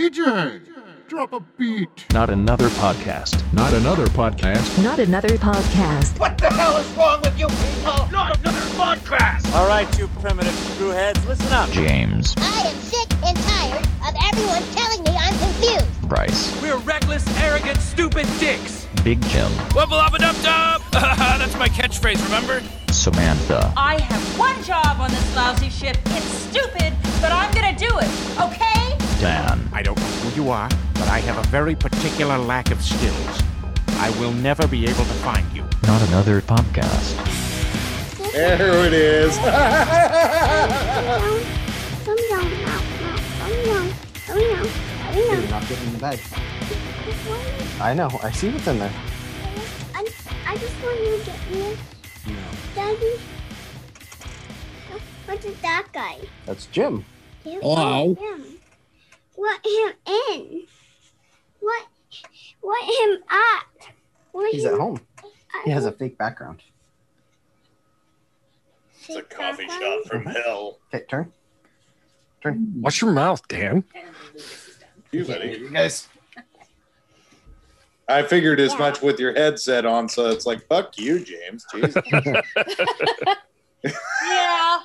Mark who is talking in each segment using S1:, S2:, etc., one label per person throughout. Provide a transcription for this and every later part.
S1: DJ, drop a beat.
S2: Not another podcast.
S3: Not another podcast.
S4: Not another podcast.
S5: What the hell is wrong with you people? Not another podcast!
S6: All right, you primitive screwheads, listen up.
S2: James.
S7: I am sick and tired of everyone telling me I'm confused.
S2: Bryce.
S6: We're reckless, arrogant, stupid dicks.
S2: Big Jim.
S8: Wubble up and up dub! That's my catchphrase, remember?
S2: Samantha.
S9: I have one job on this lousy ship. It's stupid, but I'm gonna do it, okay?
S2: Dan.
S10: I don't know who you are, but I have a very particular lack of skills. I will never be able to find you.
S2: Not another podcast.
S11: There it is.
S12: You're not getting in the bag. I know. I see what's in there.
S13: I, I just want you to get me.
S12: No.
S13: Daddy. What is that guy?
S12: That's Jim.
S13: Him? Hello. Him. What him in? What? What him up? What
S12: He's
S13: him
S12: at home.
S13: at
S12: He has a fake background.
S13: It's a coffee shop.
S12: Okay, turn. Turn.
S3: Watch your mouth, Dan.
S11: You buddy.
S12: guys.
S11: I figured as much with your headset on, so it's like, fuck you, James. Jesus.
S9: Yeah.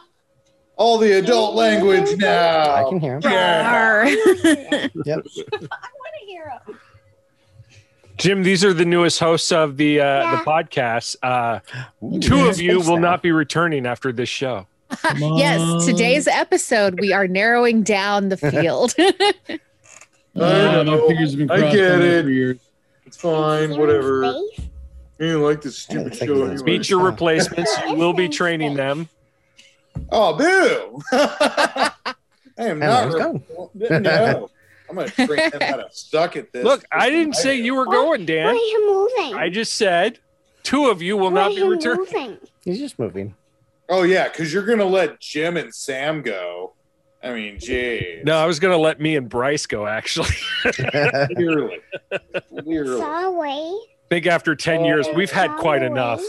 S11: All the adult language now.
S12: I can hear him.
S11: Yeah.
S12: Yep.
S9: I wanna hear him.
S14: Jim, these are the newest hosts of the uh, the
S13: Yeah.
S14: podcast. Uh, two of you will not be returning after this show.
S15: yes, today's episode we are narrowing down the field.
S1: I, know. I get it. It's fine,
S13: Human
S1: whatever.
S13: face?
S1: You didn't like this stupid
S12: It's like
S1: show.
S12: those
S1: anyway.
S14: Meet your replacements. You will be training them.
S11: Oh, boo. I am
S12: Man,
S11: not.
S12: where's
S11: re- no. I'm going to train him how to suck at this.
S14: Look, I didn't say you were going, Dan.
S13: Why him moving?
S14: I just said two of you will
S13: Why
S14: not be
S13: him
S14: returning.
S13: moving?
S12: He's just moving.
S11: Oh, yeah, because you're going to let Jim and Sam go. I mean, geez.
S14: No, I was going to let me and Bryce go, actually.
S11: Clearly. Clearly.
S13: Sorry.
S14: I think after 10 years, we've had quite enough.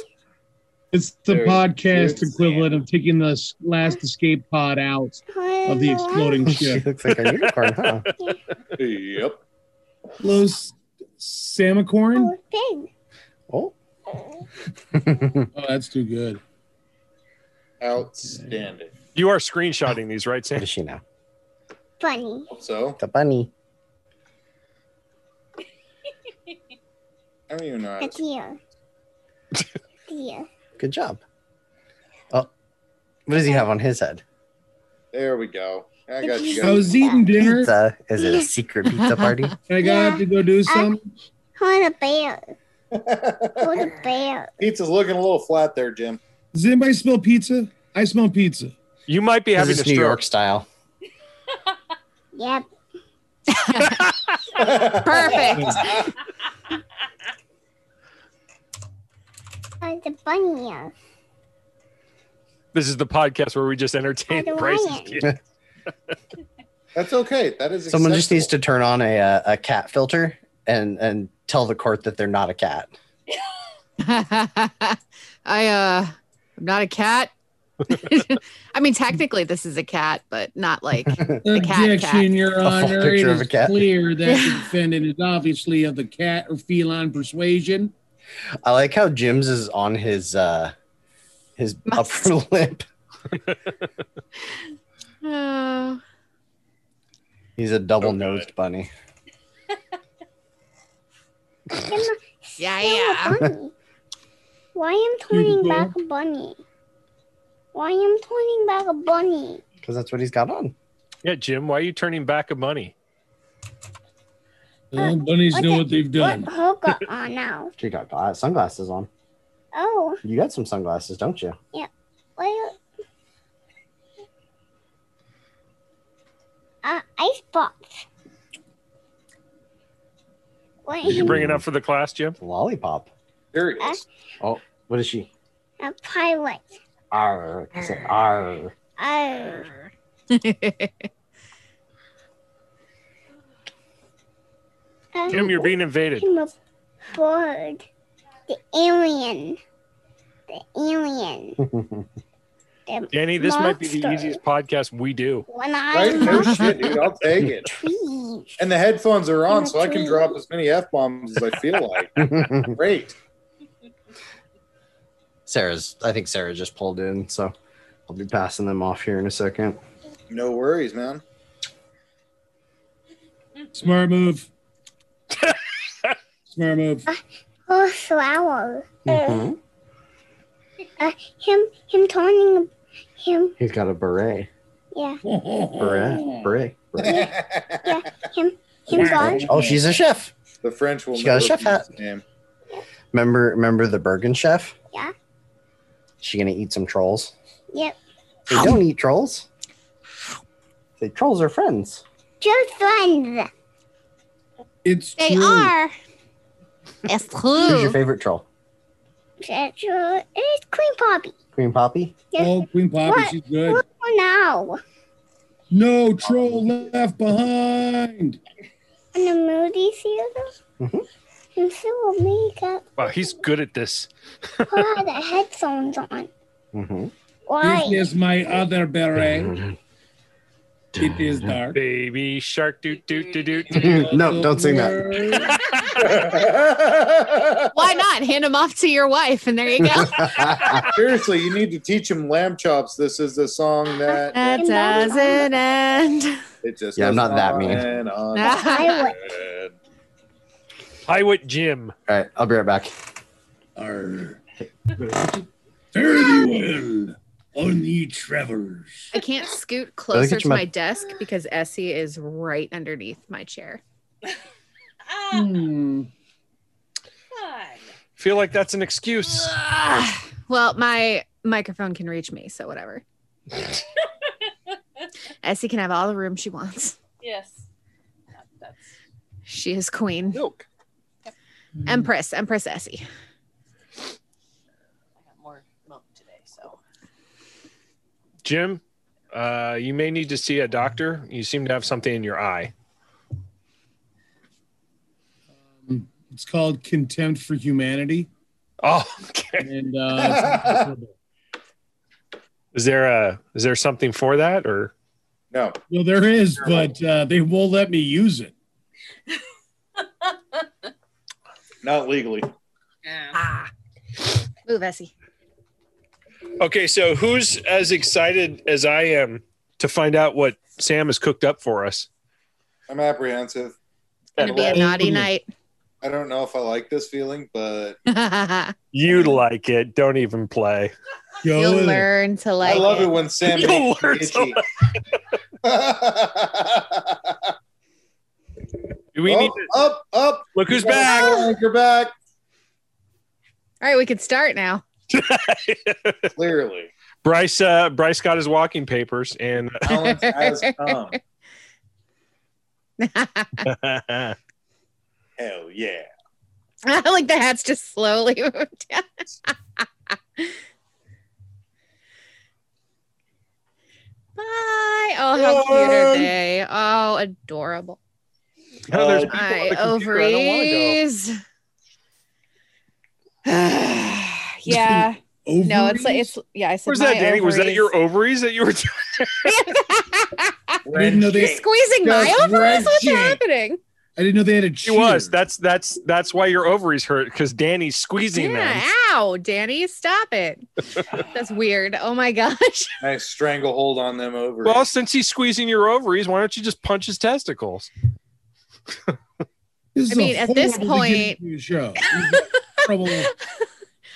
S16: It's the
S11: Very
S16: podcast
S11: good
S16: equivalent
S11: Sam.
S16: of taking the s- last escape pod out of the exploding
S12: she
S16: ship.
S12: looks like a unicorn, huh?
S11: Yep.
S16: Los Samacorn?
S13: Oh, Ben.
S12: Oh.
S16: Oh, that's too good.
S11: Outstanding.
S14: You are screenshotting these, right,
S12: what
S14: Sam?
S12: is she now?
S13: Funny.
S11: So,
S12: The bunny.
S11: I don't even know.
S13: A deer. deer.
S12: Good job. Oh, what does he have on his head?
S11: There we go. I
S13: Did
S11: got you
S13: you-
S16: I
S11: guys.
S16: was eating dinner
S12: Pizza. Is it a secret pizza party?
S16: and I got up to go do some.
S13: Hold a bear. Hold a bear.
S11: Pizza's looking a little flat there, Jim.
S16: Does anybody smell pizza? I smell pizza.
S14: You might be
S12: This
S14: having a
S12: is New York
S14: stroke.
S12: style.
S13: Yep.
S15: Perfect.
S13: Oh, the bunny. here.
S14: This is the podcast where we just entertain
S13: How do I
S14: Bryce's
S13: end?
S14: kids.
S11: That's okay. That is.
S12: Someone just needs
S11: acceptable.
S12: to turn on a, uh, a cat filter and and tell the court that they're not a cat.
S15: I uh I'm not a cat. I mean technically this is a cat, but not like cat,
S16: Objection,
S15: cat.
S16: Your
S12: A full
S16: Honor. It
S12: picture of
S16: is
S12: a cat.
S16: clear that the
S15: Yeah.
S16: defendant is obviously of the cat or feline persuasion.
S12: I like how Jim's is on his uh his
S15: Must.
S12: upper lip.
S15: Oh.
S12: He's a double nosed bunny.
S13: Still a-
S15: yeah,
S13: still a
S15: yeah.
S13: bunny. Why am turning
S16: go.
S13: back a bunny? Why am turning back a bunny?
S12: Because that's what he's got on.
S14: Yeah, Jim, why are you turning back a money?
S16: Uh, bunnies know
S13: okay.
S16: what they've done.
S13: What hookah on now?
S12: She got gla- sunglasses on.
S13: Oh,
S12: You got some sunglasses, don't you?
S13: well. Uh, icebox. What
S14: Did you
S13: am-
S14: bring it up for the class, Jim?
S12: The lollipop.
S11: There it is.
S12: What is she?
S13: a pilot?
S12: Arr. He said, Arr.
S13: Oh, uh,
S14: Jim, you're being invaded.
S13: I'm a bird. The alien. The alien. the
S14: Danny, this might be the
S13: monster.
S14: easiest podcast we do.
S13: When
S11: Right?
S13: I'm
S11: No shit, dude. I'll take it. And the headphones are on, so I can drop as many f bombs as I feel like. Great.
S12: Sarah's. I think Sarah just pulled in, so I'll be passing them off here in a second.
S11: No worries, man.
S16: Smart move. Smart move.
S13: oh flower.
S12: Mhm.
S13: Uh, him him turning him
S12: He's got a beret.
S13: yeah.
S12: Beret. Beret. beret.
S13: yeah him him gone.
S12: Oh, she's a chef.
S11: The French will
S12: She got a
S11: never
S12: chef
S11: be
S12: hat.
S11: the same.
S12: Remember, remember the Bergen chef?
S13: Yeah.
S12: She gonna eat some trolls.
S13: Yep.
S12: They don't eat trolls. The trolls are friends.
S13: Just friends.
S16: It's
S15: They are. It's
S12: Who's your
S15: true.
S12: favorite troll?
S13: That's, uh, It's Queen Poppy.
S12: Queen Poppy.
S13: Yes.
S16: Oh, Queen Poppy,
S13: What?
S16: she's good.
S13: What for now?
S16: No troll left behind.
S13: In the movie theater.
S12: Mm-hmm.
S13: And so will make up.
S14: Wow, he's good at this.
S13: Put all the headphones on.
S12: Mm-hmm.
S13: Why?
S16: This is my other beret. It is dark.
S14: Baby shark, doot doot doot doot.
S12: no, don't sing that.
S15: Why not? Hand them off to your wife, and there you go.
S11: Seriously, you need to teach him lamb chops. This is the song that
S15: that doesn't end.
S11: it just.
S12: Yeah, I'm not that mean.
S11: mean.
S15: Highway.
S14: Highwood Jim.
S12: All right, I'll be right back.
S16: Arr. Fare thee well on ye travellers.
S15: I can't
S12: Let
S15: scoot
S12: me
S15: closer
S12: get
S15: to
S12: you my-
S15: my desk because Essie is right underneath my chair.
S16: Hmm.
S14: Feel like that's an excuse.
S15: Ah, well, my microphone can reach me, so whatever. Essie can have all the room she wants.
S9: Yes. That- That's
S15: She is queen,
S14: Milk.
S15: empress, empress Essie.
S9: I got more milk today, so
S14: Jim, uh, you may need to see a doctor. You seem to have something in your eye.
S16: It's called Contempt for Humanity.
S14: Oh, okay.
S16: And uh,
S14: Is there a is there something for that or
S11: No,
S16: well, there is, but uh, they won't let me use it.
S11: not legally.
S15: Move, Essie.
S14: Okay, so who's as excited as I am to find out what Sam has cooked up for us?
S11: I'm apprehensive.
S15: It's gonna be a naughty night.
S11: I don't know if I like this feeling, but
S14: You like it. Don't even play.
S16: Go
S15: You'll
S16: with it.
S15: learn to like
S11: I love it.
S15: it.
S11: when Sam
S14: You'll
S11: makes
S14: learn
S11: me
S14: to
S11: itchy.
S14: Do we
S11: Oh,
S14: need to
S11: up, up.
S14: look who's back?
S11: Oh, You're back.
S15: All right, we could start now.
S11: Clearly,
S14: Bryce uh, Bryce got his walking papers and
S11: Alan has come.
S14: oh,
S15: Oh,
S14: I
S11: Hell yeah.
S15: like the hats just slowly moved down. Bye. Oh, how cute are
S14: Um,
S11: Yay.
S15: they? Oh, adorable.
S14: there's
S11: Uh,
S15: My
S14: computer, I don't wanna go.
S15: ovaries. yeah. No, it's like it's yeah. I said
S14: was that
S15: my
S14: Danny? Was that
S15: ovaries.
S14: your ovaries that you were
S16: I didn't know they.
S15: squeezing my
S16: Just
S15: ovaries? What's
S16: wrenching.
S15: happening?
S16: I didn't know they had a.
S14: She
S16: cheer.
S14: was. That's that's that's why your ovaries hurt because Danny's squeezing
S15: Yeah,
S14: them.
S15: ow, Danny, stop it. That's weird. Oh my gosh.
S11: Nice stranglehold on them over.
S14: Well, since he's squeezing your ovaries, why don't you just punch his testicles?
S16: This
S15: I
S16: is
S15: mean,
S16: a
S15: at this
S16: horrible beginning
S15: point-
S16: to the show. This is horrible.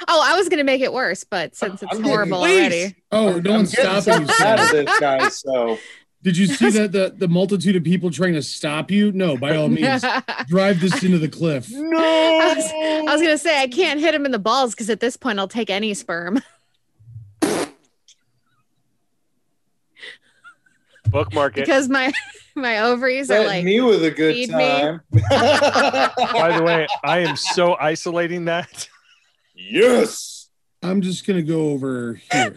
S15: Oh, I was gonna make it worse, but since it's
S11: I'm getting-
S15: horrible
S11: Please.
S15: already.
S16: Oh, no
S11: I'm
S16: one's
S11: getting
S16: stopping you.
S11: something out of
S16: Sam.
S11: this guy. So
S16: Did you see that the, the multitude of people trying to stop you? No, by all means,
S15: I
S16: drive this into the cliff.
S15: was, I
S9: Oh,
S15: was gonna say I can't hit him in the balls because at this point I'll take any sperm.
S14: Bookmark it.
S15: because my my ovaries are
S11: threaten
S15: like
S11: me with a good
S15: feed me.
S11: time.
S14: By the way, I am so isolating that.
S11: yes.
S16: I'm just gonna go over here.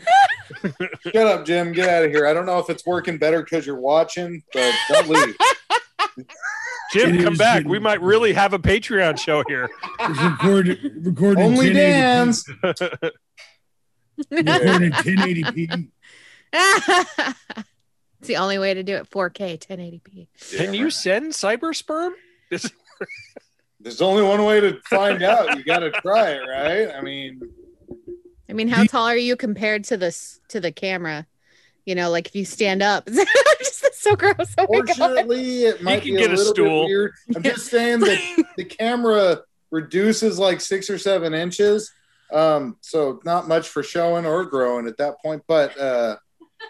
S11: Shut up, Jim. Get out of here. I don't know if it's working better because you're watching, but don't leave.
S14: Jim,
S16: It
S14: come
S16: is-
S14: back. We might really have a Patreon show here.
S16: It's recorded recorded
S11: Only
S16: in 1080p.
S11: dance.
S16: Recorded in 1080p.
S15: it's the only way to do it 4K 1080p.
S14: Can you send cybersperm?
S11: There's only one way to find out. You got to try it, right? I mean,
S15: I mean, how tall are you compared to this to the camera? You know, like if you stand up, just that's so gross. Oh my God.
S11: fortunately, it might
S14: can
S11: be
S14: get a
S11: a little
S14: stool.
S11: bit weird. I'm just saying that the camera reduces like six or seven inches, um, so not much for showing or growing at that point. But uh,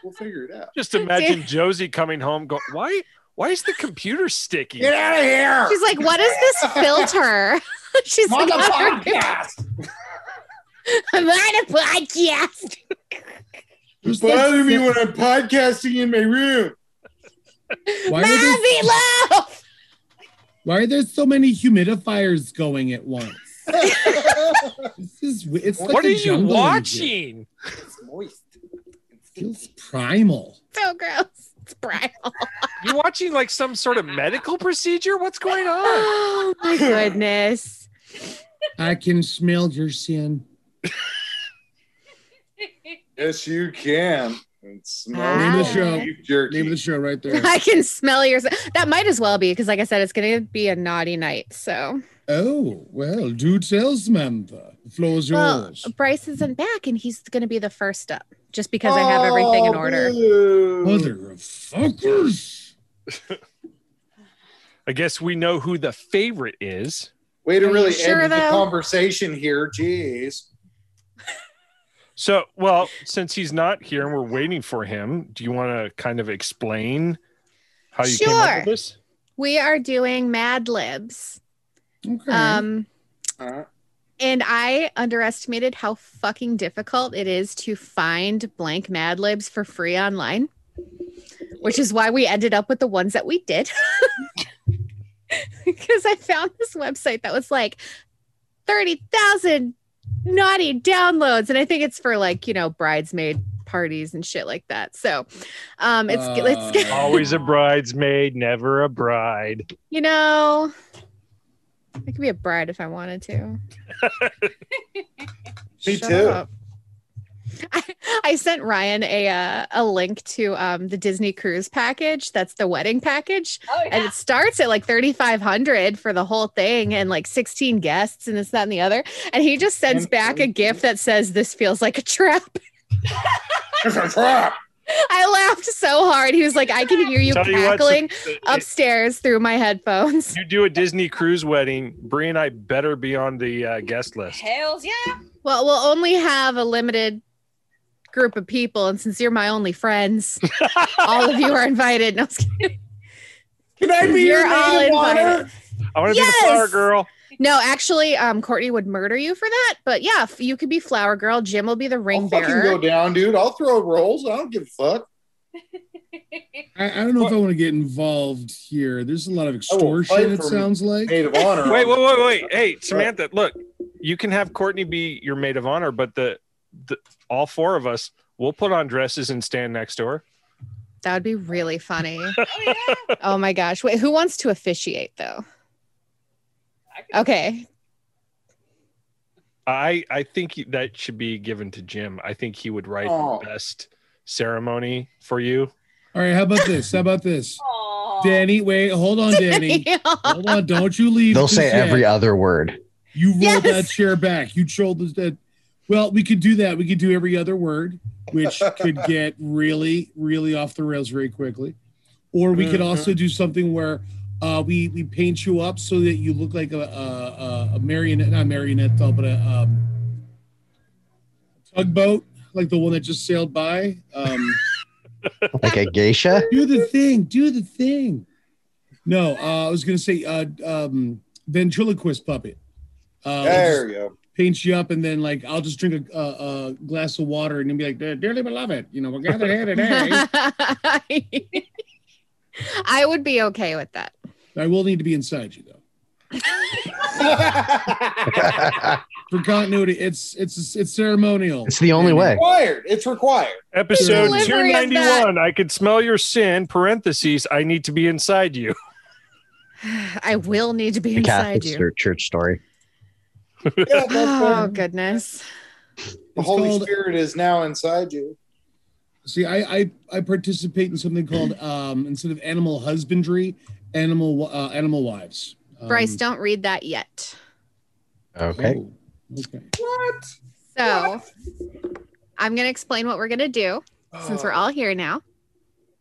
S11: we'll figure it out.
S14: Just imagine Josie coming home going, Why why is the computer sticky?
S11: Get out of here.
S15: She's like, what is this filter? She's
S11: On
S15: like,
S11: the
S15: "I'm
S11: podcast.
S15: on a podcast.
S11: Who's bothering me when I'm podcasting in my room?
S16: Why are, there, why are there so many humidifiers going at once? this is w- it's like
S14: what
S16: a
S14: are you
S16: jungle in here.
S14: watching?
S11: It's moist.
S16: Feels primal.
S15: So gross. It's primal.
S14: You watching like some sort of medical procedure? What's going on?
S15: Oh my goodness.
S16: I can smell your sin.
S11: Yes, you can. And smell
S15: Name the
S11: some
S16: show.
S11: beef jerky.
S16: Name of the show right there.
S15: I can smell your that might as well be because like I said, it's gonna be a naughty night. So
S16: Oh, well, do tell, Samantha. The floor's
S15: well,
S16: yours.
S15: Bryce isn't back and he's gonna be the first up just because I have everything
S11: Oh,
S15: in order.
S16: Mother of fuckers.
S14: I guess we know who the favorite is.
S11: Way to
S15: Are you
S11: really
S15: sure,
S11: end the
S15: though?
S11: conversation here. Jeez.
S14: So, well, since he's not here and we're waiting for him, do you want to kind of explain how you came up
S15: Sure.
S14: with this?
S15: We are doing Mad Libs.
S16: Okay.
S15: Um
S11: Uh,
S15: and I underestimated how fucking difficult it is to find blank Mad Libs for free online, which is why we ended up with the ones that we did. Because I found this website that was like 30,000 naughty downloads. And I think it's for like, you know, bridesmaid parties and shit like that. So um, it's, it's,
S14: Always a bridesmaid, never a bride.
S15: you know, I could be a bride if I wanted to.
S11: me
S15: Shut
S11: too.
S15: up. I, I sent Ryan a uh, a link to um, the Disney cruise package. That's the wedding package,
S9: Oh,
S15: and it starts at like thirty five hundred for the whole thing, and like sixteen guests, and this, that, and the other. And he just sends back a gift that says, "This feels like a trap."
S11: It's a trap.
S15: I laughed so hard. He was like, "I can hear you
S14: Tell you what,
S15: cackling
S14: so- uh,
S15: upstairs through my headphones."
S14: You do a Disney cruise wedding, Brie and I better be on the uh, guest list.
S9: Hells yeah.
S15: Well, we'll only have a limited group of people, and since you're my only friends, all of you are invited. No, I was kidding.
S11: Can I be
S15: You're
S11: your
S15: all
S11: maid of honor?
S15: invited.
S14: I want to be
S15: Yes!
S14: the flower girl.
S15: No, actually, um, Courtney would murder you for that. But yeah, f- you could be flower girl. Jim will be the ring
S11: I'll fucking go
S15: bearer.
S11: down, dude. I'll throw rolls. I don't give a fuck.
S16: I, I don't know if I want to get involved here. There's a lot of
S11: I will fight
S16: extortion, it
S11: for
S16: sounds like.
S11: Maid of honor.
S14: Wait, wait, wait, wait. Hey, Samantha, look, you can have Courtney be your maid of honor, but the, the all four of us will put on dresses and stand next to her.
S15: That would be really funny. oh my gosh! Wait, who wants to officiate though? Okay,
S14: I I think he- that should be given to Jim. I think he would write
S11: Oh.
S14: the best ceremony for you.
S16: All right, how about this? How about this? Danny, wait, hold on, Danny. hold on, don't you leave.
S12: They'll
S16: just
S12: say
S16: yet.
S12: every other word.
S16: You roll
S15: Yes.
S16: that chair back. You trolled us that. Well, we could do that. We could do every other word, which could get really, really off the rails very quickly. Or we could also do something where uh, we we paint you up so that you look like a a, a, a marionette, not marionette doll, but a um, tugboat, like the one that just sailed by. Um,
S12: Like a geisha?
S16: do the thing. Do the thing. No, uh, I was gonna say uh, um, ventriloquist puppet. Uh,
S11: There you go.
S16: paints you up, and then like I'll just drink a, a, a glass of water, and you'll be like, "Dear- "Dearly beloved, you know, we're gathered here today."
S15: I would be okay with that.
S16: I will need to be inside you though.
S12: it's
S16: For continuity, it's it's it's ceremonial.
S12: the only way.
S11: Required. It's required.
S14: Episode
S15: Delivery of that-
S14: 291. I could smell your sin, parentheses. I need to be inside you.
S15: I will need to be
S12: The Catholic
S15: inside you.
S12: church, church story.
S11: Yeah, that's
S15: Oh
S11: better.
S15: goodness!
S11: the
S16: It's
S11: Holy
S16: called-
S11: Spirit is now inside you.
S16: See, I, I I participate in something called um, instead of animal husbandry, animal uh, animal wives. Um,
S15: Bryce, don't read that yet.
S12: Okay.
S16: oh, okay.
S11: What?
S15: So I'm going to explain what we're going to do since we're all here now.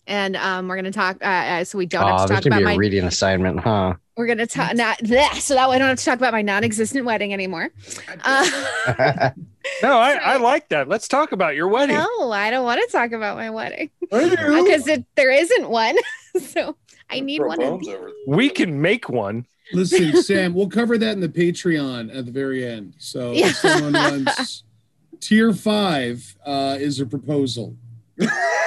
S15: And um, we're going to talk. Uh, uh, so we don't
S12: Aw,
S15: have to
S12: there's
S15: talk
S12: gonna
S15: about
S12: Oh, be a
S15: my.
S12: reading assignment, huh?
S15: We're going to talk. Not bleh, so that way I don't have to talk about my non existent wedding anymore.
S11: Oh,
S15: Uh,
S14: No, I, I like that. Let's talk about your wedding.
S15: no, I don't want to talk about my wedding because there isn't one. so I need one. Of these.
S14: We can make one.
S16: Listen, Sam, we'll cover that in the Patreon at the very end. So if someone wants tier five uh, is a proposal.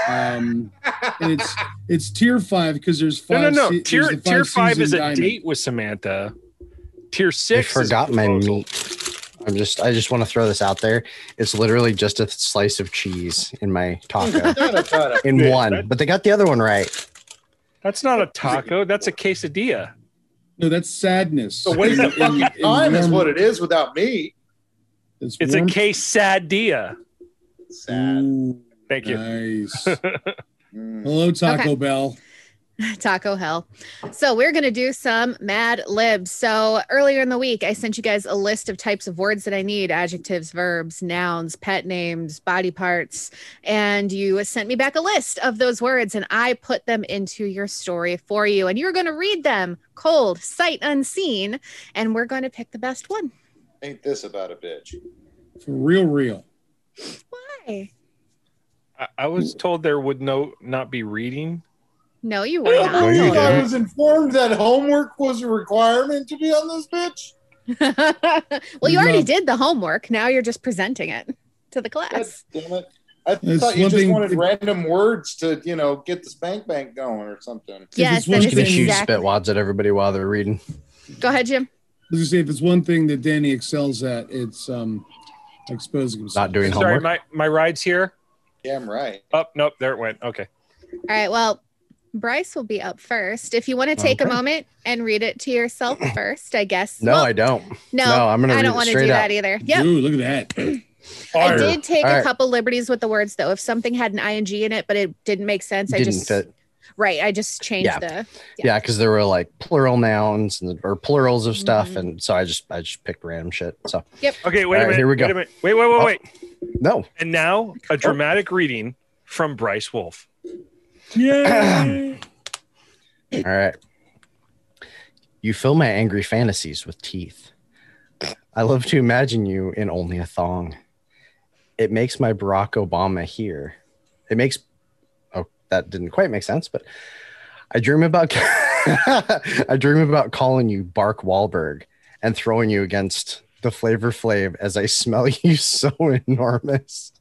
S16: Um, and it's it's tier five because there's
S14: No, no,
S16: five.
S14: no.
S16: se-
S14: tier
S16: there's the
S14: tier five
S16: season
S14: is a
S16: diamond.
S14: date with Samantha. Tier
S12: I
S14: six. is-
S12: forgot my meat. I'm just I just want to throw this out there. It's literally just a slice of cheese in my taco in
S14: Yeah,
S12: one, but they got the other one right.
S14: That's not a taco. That's a quesadilla.
S16: No, that's sadness. So
S11: what is that fucking time is what it is without me.
S16: It's,
S14: It's a quesadilla.
S11: Sad. Mm.
S14: Thank you.
S16: Nice.
S12: Mm.
S16: Hello, Taco
S15: Okay.
S16: Bell.
S15: Taco Hell. So we're going to do some mad libs. So earlier in the week, I sent you guys a list of types of words that I need adjectives, verbs, nouns, pet names, body parts. And you sent me back a list of those words, and I put them into your story for you. And you're going to read them cold, sight unseen. And we're going to pick the best one.
S11: Ain't this about a bitch?
S16: For real, real.
S15: Why?
S14: I, I was told there would no not be reading.
S15: No, you
S11: I
S15: were
S11: don't
S15: not.
S11: believe I was informed that homework was a requirement to be on this bitch.
S15: well, you
S16: No.
S15: already did the homework. Now you're just presenting it to the class.
S11: Damn it. I
S16: It's
S11: thought you just
S16: slipping-
S11: wanted random words to, you know, get the spank bank going or something.
S15: Yes, that
S12: I'm
S15: is
S12: just gonna shoot
S15: exactly.
S12: spit wads at everybody while they're reading.
S15: Go ahead, Jim.
S16: Let's just say if it's one thing that Danny excels at, it's um exposing himself.
S12: Not doing
S14: Sorry,
S12: homework.
S14: my, my ride's here.
S11: Damn right.
S14: Up, nope, there it went. Okay.
S15: All right. Well, Bryce will be up first. If you want to take a moment and read it to yourself first, I guess.
S12: no,
S15: Well,
S12: I don't.
S15: no,
S12: no, I'm gonna
S15: Oh, I
S12: read
S15: don't
S12: it
S15: want to do
S12: straight
S15: that
S12: up.
S15: either. Yep.
S16: Ooh, look at that.
S15: I did take
S12: All
S15: a
S12: right.
S15: couple liberties with the words though. If something had an ing in it, but it didn't make sense, I
S12: Didn't
S15: just
S12: fit.
S15: right. I just changed
S12: Yeah.
S15: the.
S12: Yeah, because there were like plural nouns and or plurals
S15: Mm.
S12: of stuff, and so I just I just picked random shit. So
S15: Yep.
S14: Okay, wait
S12: All right,
S14: a minute.
S12: here we go.
S14: Wait a minute. Wait, wait, wait,
S12: Oh.
S14: wait.
S12: no,
S14: And now a dramatic reading from Bryce Wolf.
S16: Yeah.
S12: All right. You fill my angry fantasies with teeth. I love to imagine you in only a thong. It makes my Barack Obama here. It makes oh that didn't quite make sense, but I dream about I dream about calling you Bark Wahlberg and throwing you against the flavor flave as I smell you so enormous.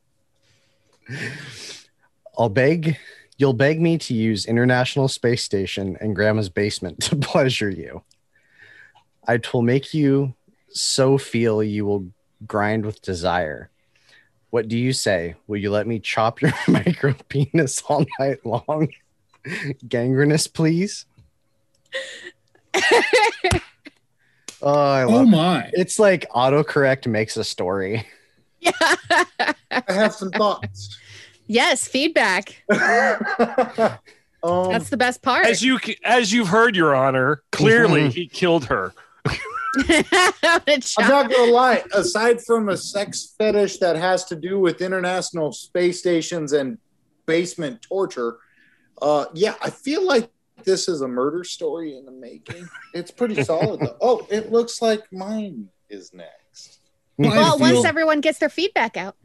S12: I'll beg You'll beg me to use International Space Station and Grandma's basement to pleasure you. I will make you so feel you will grind with desire. What do you say? Will you let me chop your micro penis all night long? Gangrenous, please. oh, I
S16: Oh
S12: love it.
S16: my.
S12: It's like autocorrect makes a story.
S11: I have some thoughts.
S15: Mm. Yes, feedback.
S11: Um,
S12: Um,
S15: That's the best part.
S14: As you c- as you've heard, Your Honor, clearly
S12: Mm-hmm.
S14: he killed her.
S11: I'm not gonna lie. Aside from a sex fetish that has to do with international space stations and basement torture, uh, yeah, I feel like this is a murder story in the making. It's pretty solid though. Oh, it looks like mine is next.
S16: Well, I
S15: well, once
S16: feel-
S15: everyone gets their feedback out.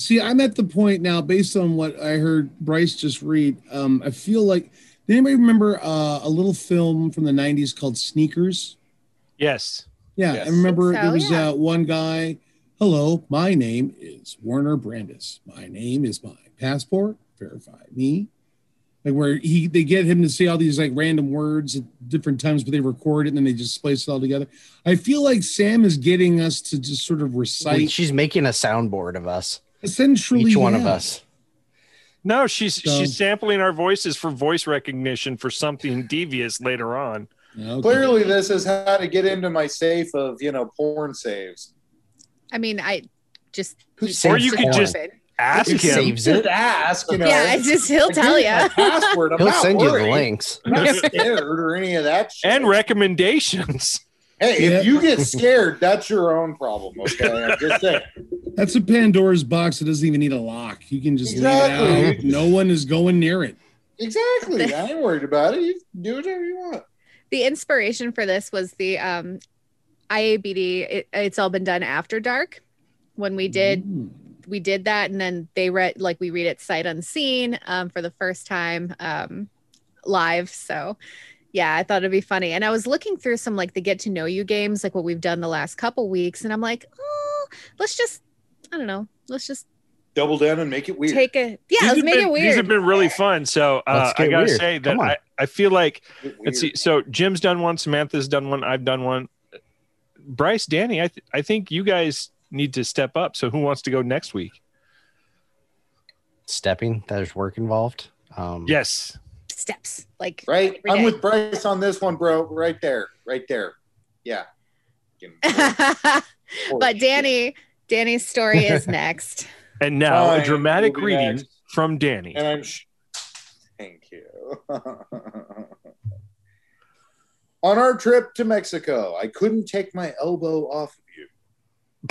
S16: See, I'm at the point now, based on what I heard Bryce just read. Um, I feel like did anybody remember uh, a little film from the '90s called Sneakers?
S14: Yes.
S16: Yeah,
S11: Yes.
S16: I remember
S15: So,
S16: there was
S15: Oh, yeah.
S16: uh, one guy. Hello, my name is Warner Brandis. My name is my passport. Verify me. Like where he they get him to say all these like random words at different times, but they record it and then they just place it all together. I feel like Sam is getting us to just sort of recite
S12: She's making a soundboard of us,
S16: essentially
S12: each one of
S16: Oh, yeah.
S12: us.
S14: No, she's
S16: So-
S14: she's sampling our voices for voice recognition for something devious later on.
S16: Okay.
S11: Clearly, this is how to get into my safe of you know porn saves.
S15: I mean, I just
S12: Who
S14: Or you could
S12: porn?
S14: just- ask
S12: It
S14: him.
S12: saves it.
S11: ask. You know,
S15: Yeah, it's just- he'll
S11: I
S15: tell
S11: gave
S15: ya.
S11: my Password. I'm
S12: He'll
S11: not
S12: send you the
S11: worried.
S12: links.
S11: I'm not scared or any of that. Shit.
S14: and recommendations.
S11: Hey,
S16: Yeah.
S11: if you get scared, that's your own problem. Okay, I'm just saying.
S16: That's a Pandora's box that doesn't even need a lock. You can just leave it out.
S11: Exactly.
S16: No one is going near it.
S11: Exactly. I ain't worried about it. You can do whatever you want.
S15: the inspiration for this was the um IABD it, it's all been done after dark when
S14: Mm-hmm.
S15: we did
S16: Hmm.
S15: we did that and then they read like we read it sight unseen um for the first time um live so yeah I thought it'd be funny and I was looking through some like the get to know you games like what we've done the last couple weeks and I'm like oh let's just I don't know let's just
S11: Double down and make it weird.
S15: take a yeah
S14: These
S15: let's
S14: have
S15: make
S14: been-
S15: it
S14: These have
S15: weird
S14: been really fun. So uh,
S12: Let's
S14: I
S12: get
S14: gotta
S12: weird.
S14: say that
S12: Come on.
S14: I, I feel like
S11: Make it
S14: let's see.
S11: weird.
S14: So Jim's done one, Samantha's done one, I've done one. Bryce, Danny, I th- I think you guys need to step up. So who wants to go next week?
S12: Stepping, there's work involved. Um,
S14: Yes,
S15: steps like
S11: Right?
S15: every
S11: I'm
S15: day.
S11: with Bryce on this one, bro. Right there. Right there. Yeah.
S15: but Danny, Danny's story is next.
S14: and now
S11: Fine,
S14: a dramatic
S11: we'll be
S14: reading
S11: next.
S14: from Danny.
S11: And I'm. Sh- Thank you. on our trip to Mexico, I couldn't take my elbow off of you.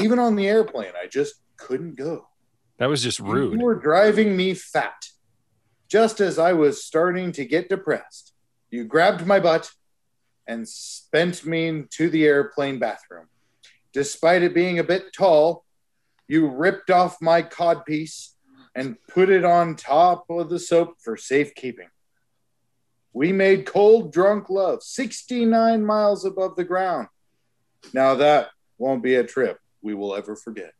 S11: Even on the airplane, I just couldn't go.
S14: That was just rude.
S11: You were driving me fat. Just as I was starting to get depressed, you grabbed my butt and spent me to the airplane bathroom. Despite it being a bit tall, you ripped off my codpiece and put it on top of the soap for safekeeping. We made cold, drunk love 69 miles above the ground. Now, that won't be a trip we will ever forget.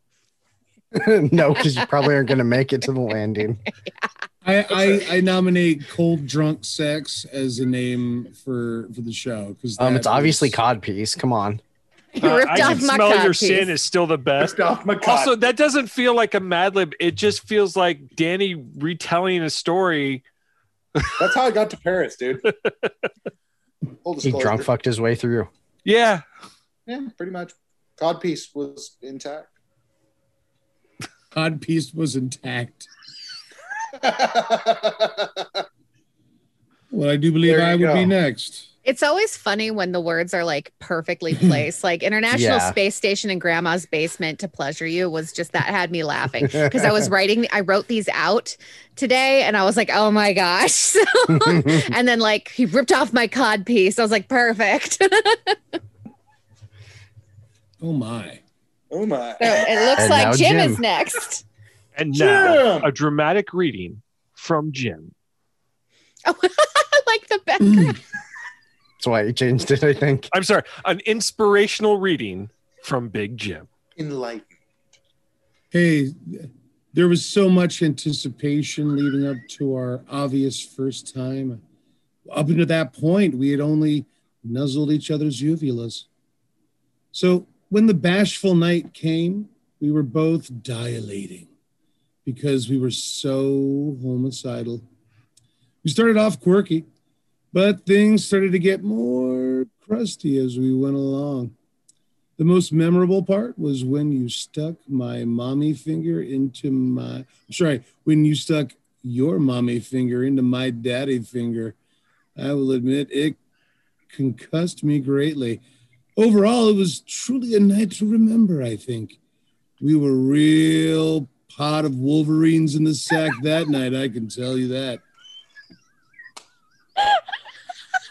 S12: no, because you probably aren't going to make it to the landing.
S16: I, I, I nominate cold drunk sex as a name for for the show because
S12: Um, it's obviously codpiece. Come on.
S15: You ripped
S14: Uh, I
S15: off
S14: can
S15: my
S14: smell your
S15: codpiece.
S14: sin is still the best.
S11: off my cod.
S14: Also, that doesn't feel like a Mad Lib. It just feels like Danny retelling a story.
S11: That's how I got to Paris, dude. Full
S12: He
S11: disclosure.
S12: drunk fucked his way through.
S14: Yeah,
S11: Yeah, pretty much. Codpiece was intact.
S16: codpiece was intact.
S11: Oh,
S16: Well, I do believe
S11: There
S16: I
S11: you
S16: would
S11: go.
S16: be next.
S15: It's always funny when the words are like perfectly placed. Like International
S12: Yeah.
S15: Space Station and Grandma's Basement to Pleasure You was just that had me laughing because I was writing, I wrote these out today and I was like, oh my gosh. So- and then like he ripped off my cod piece. I was like, perfect. so
S16: Oh my.
S11: oh my.
S15: it looks
S12: And now
S15: like Jim,
S12: Jim.
S15: is next.
S14: and now
S11: Jim!
S14: a dramatic reading from Jim.
S15: I like the best.
S12: That's why he changed it, I think.
S14: I'm sorry, an inspirational reading from Big Jim.
S11: Enlightened.
S16: Hey, there was so much anticipation leading up to our obvious first time. Up until that point, we had only nuzzled each other's uvulas. So when the bashful night came, we were both dilating because we were so homicidal. We started off quirky, but things started to get more crusty as we went along. The most memorable part was when you stuck my mommy finger into my I'm sorry, when you stuck your mommy finger into my daddy finger. I will admit it concussed me greatly. Overall, it was truly a night to remember, I think. We were real pot of Wolverines in the sack that night, I can tell you that.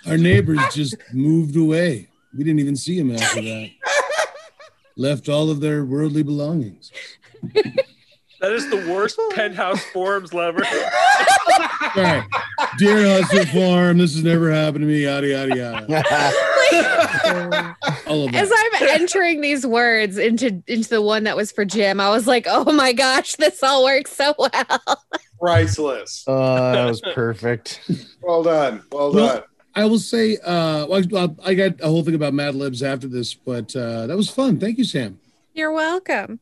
S16: Our neighbors just moved away. We didn't even see him after that left all of their worldly belongings.
S14: That is the worst penthouse forums lever.
S16: All right. Dear Hustle Farm, this has never happened to me, yada, yada, yada. All of
S15: As
S16: that.
S15: I'm entering these words into into the one that was for Jim, I was like, "Oh my gosh, this all works so well."
S11: Priceless.
S12: Uh, that was perfect.
S11: Well done. Well
S16: Well-
S11: done.
S16: I will say, uh, well, I- I got a whole thing about Mad Libs after this, but uh, that was fun. Thank you, Sam.
S15: You're welcome.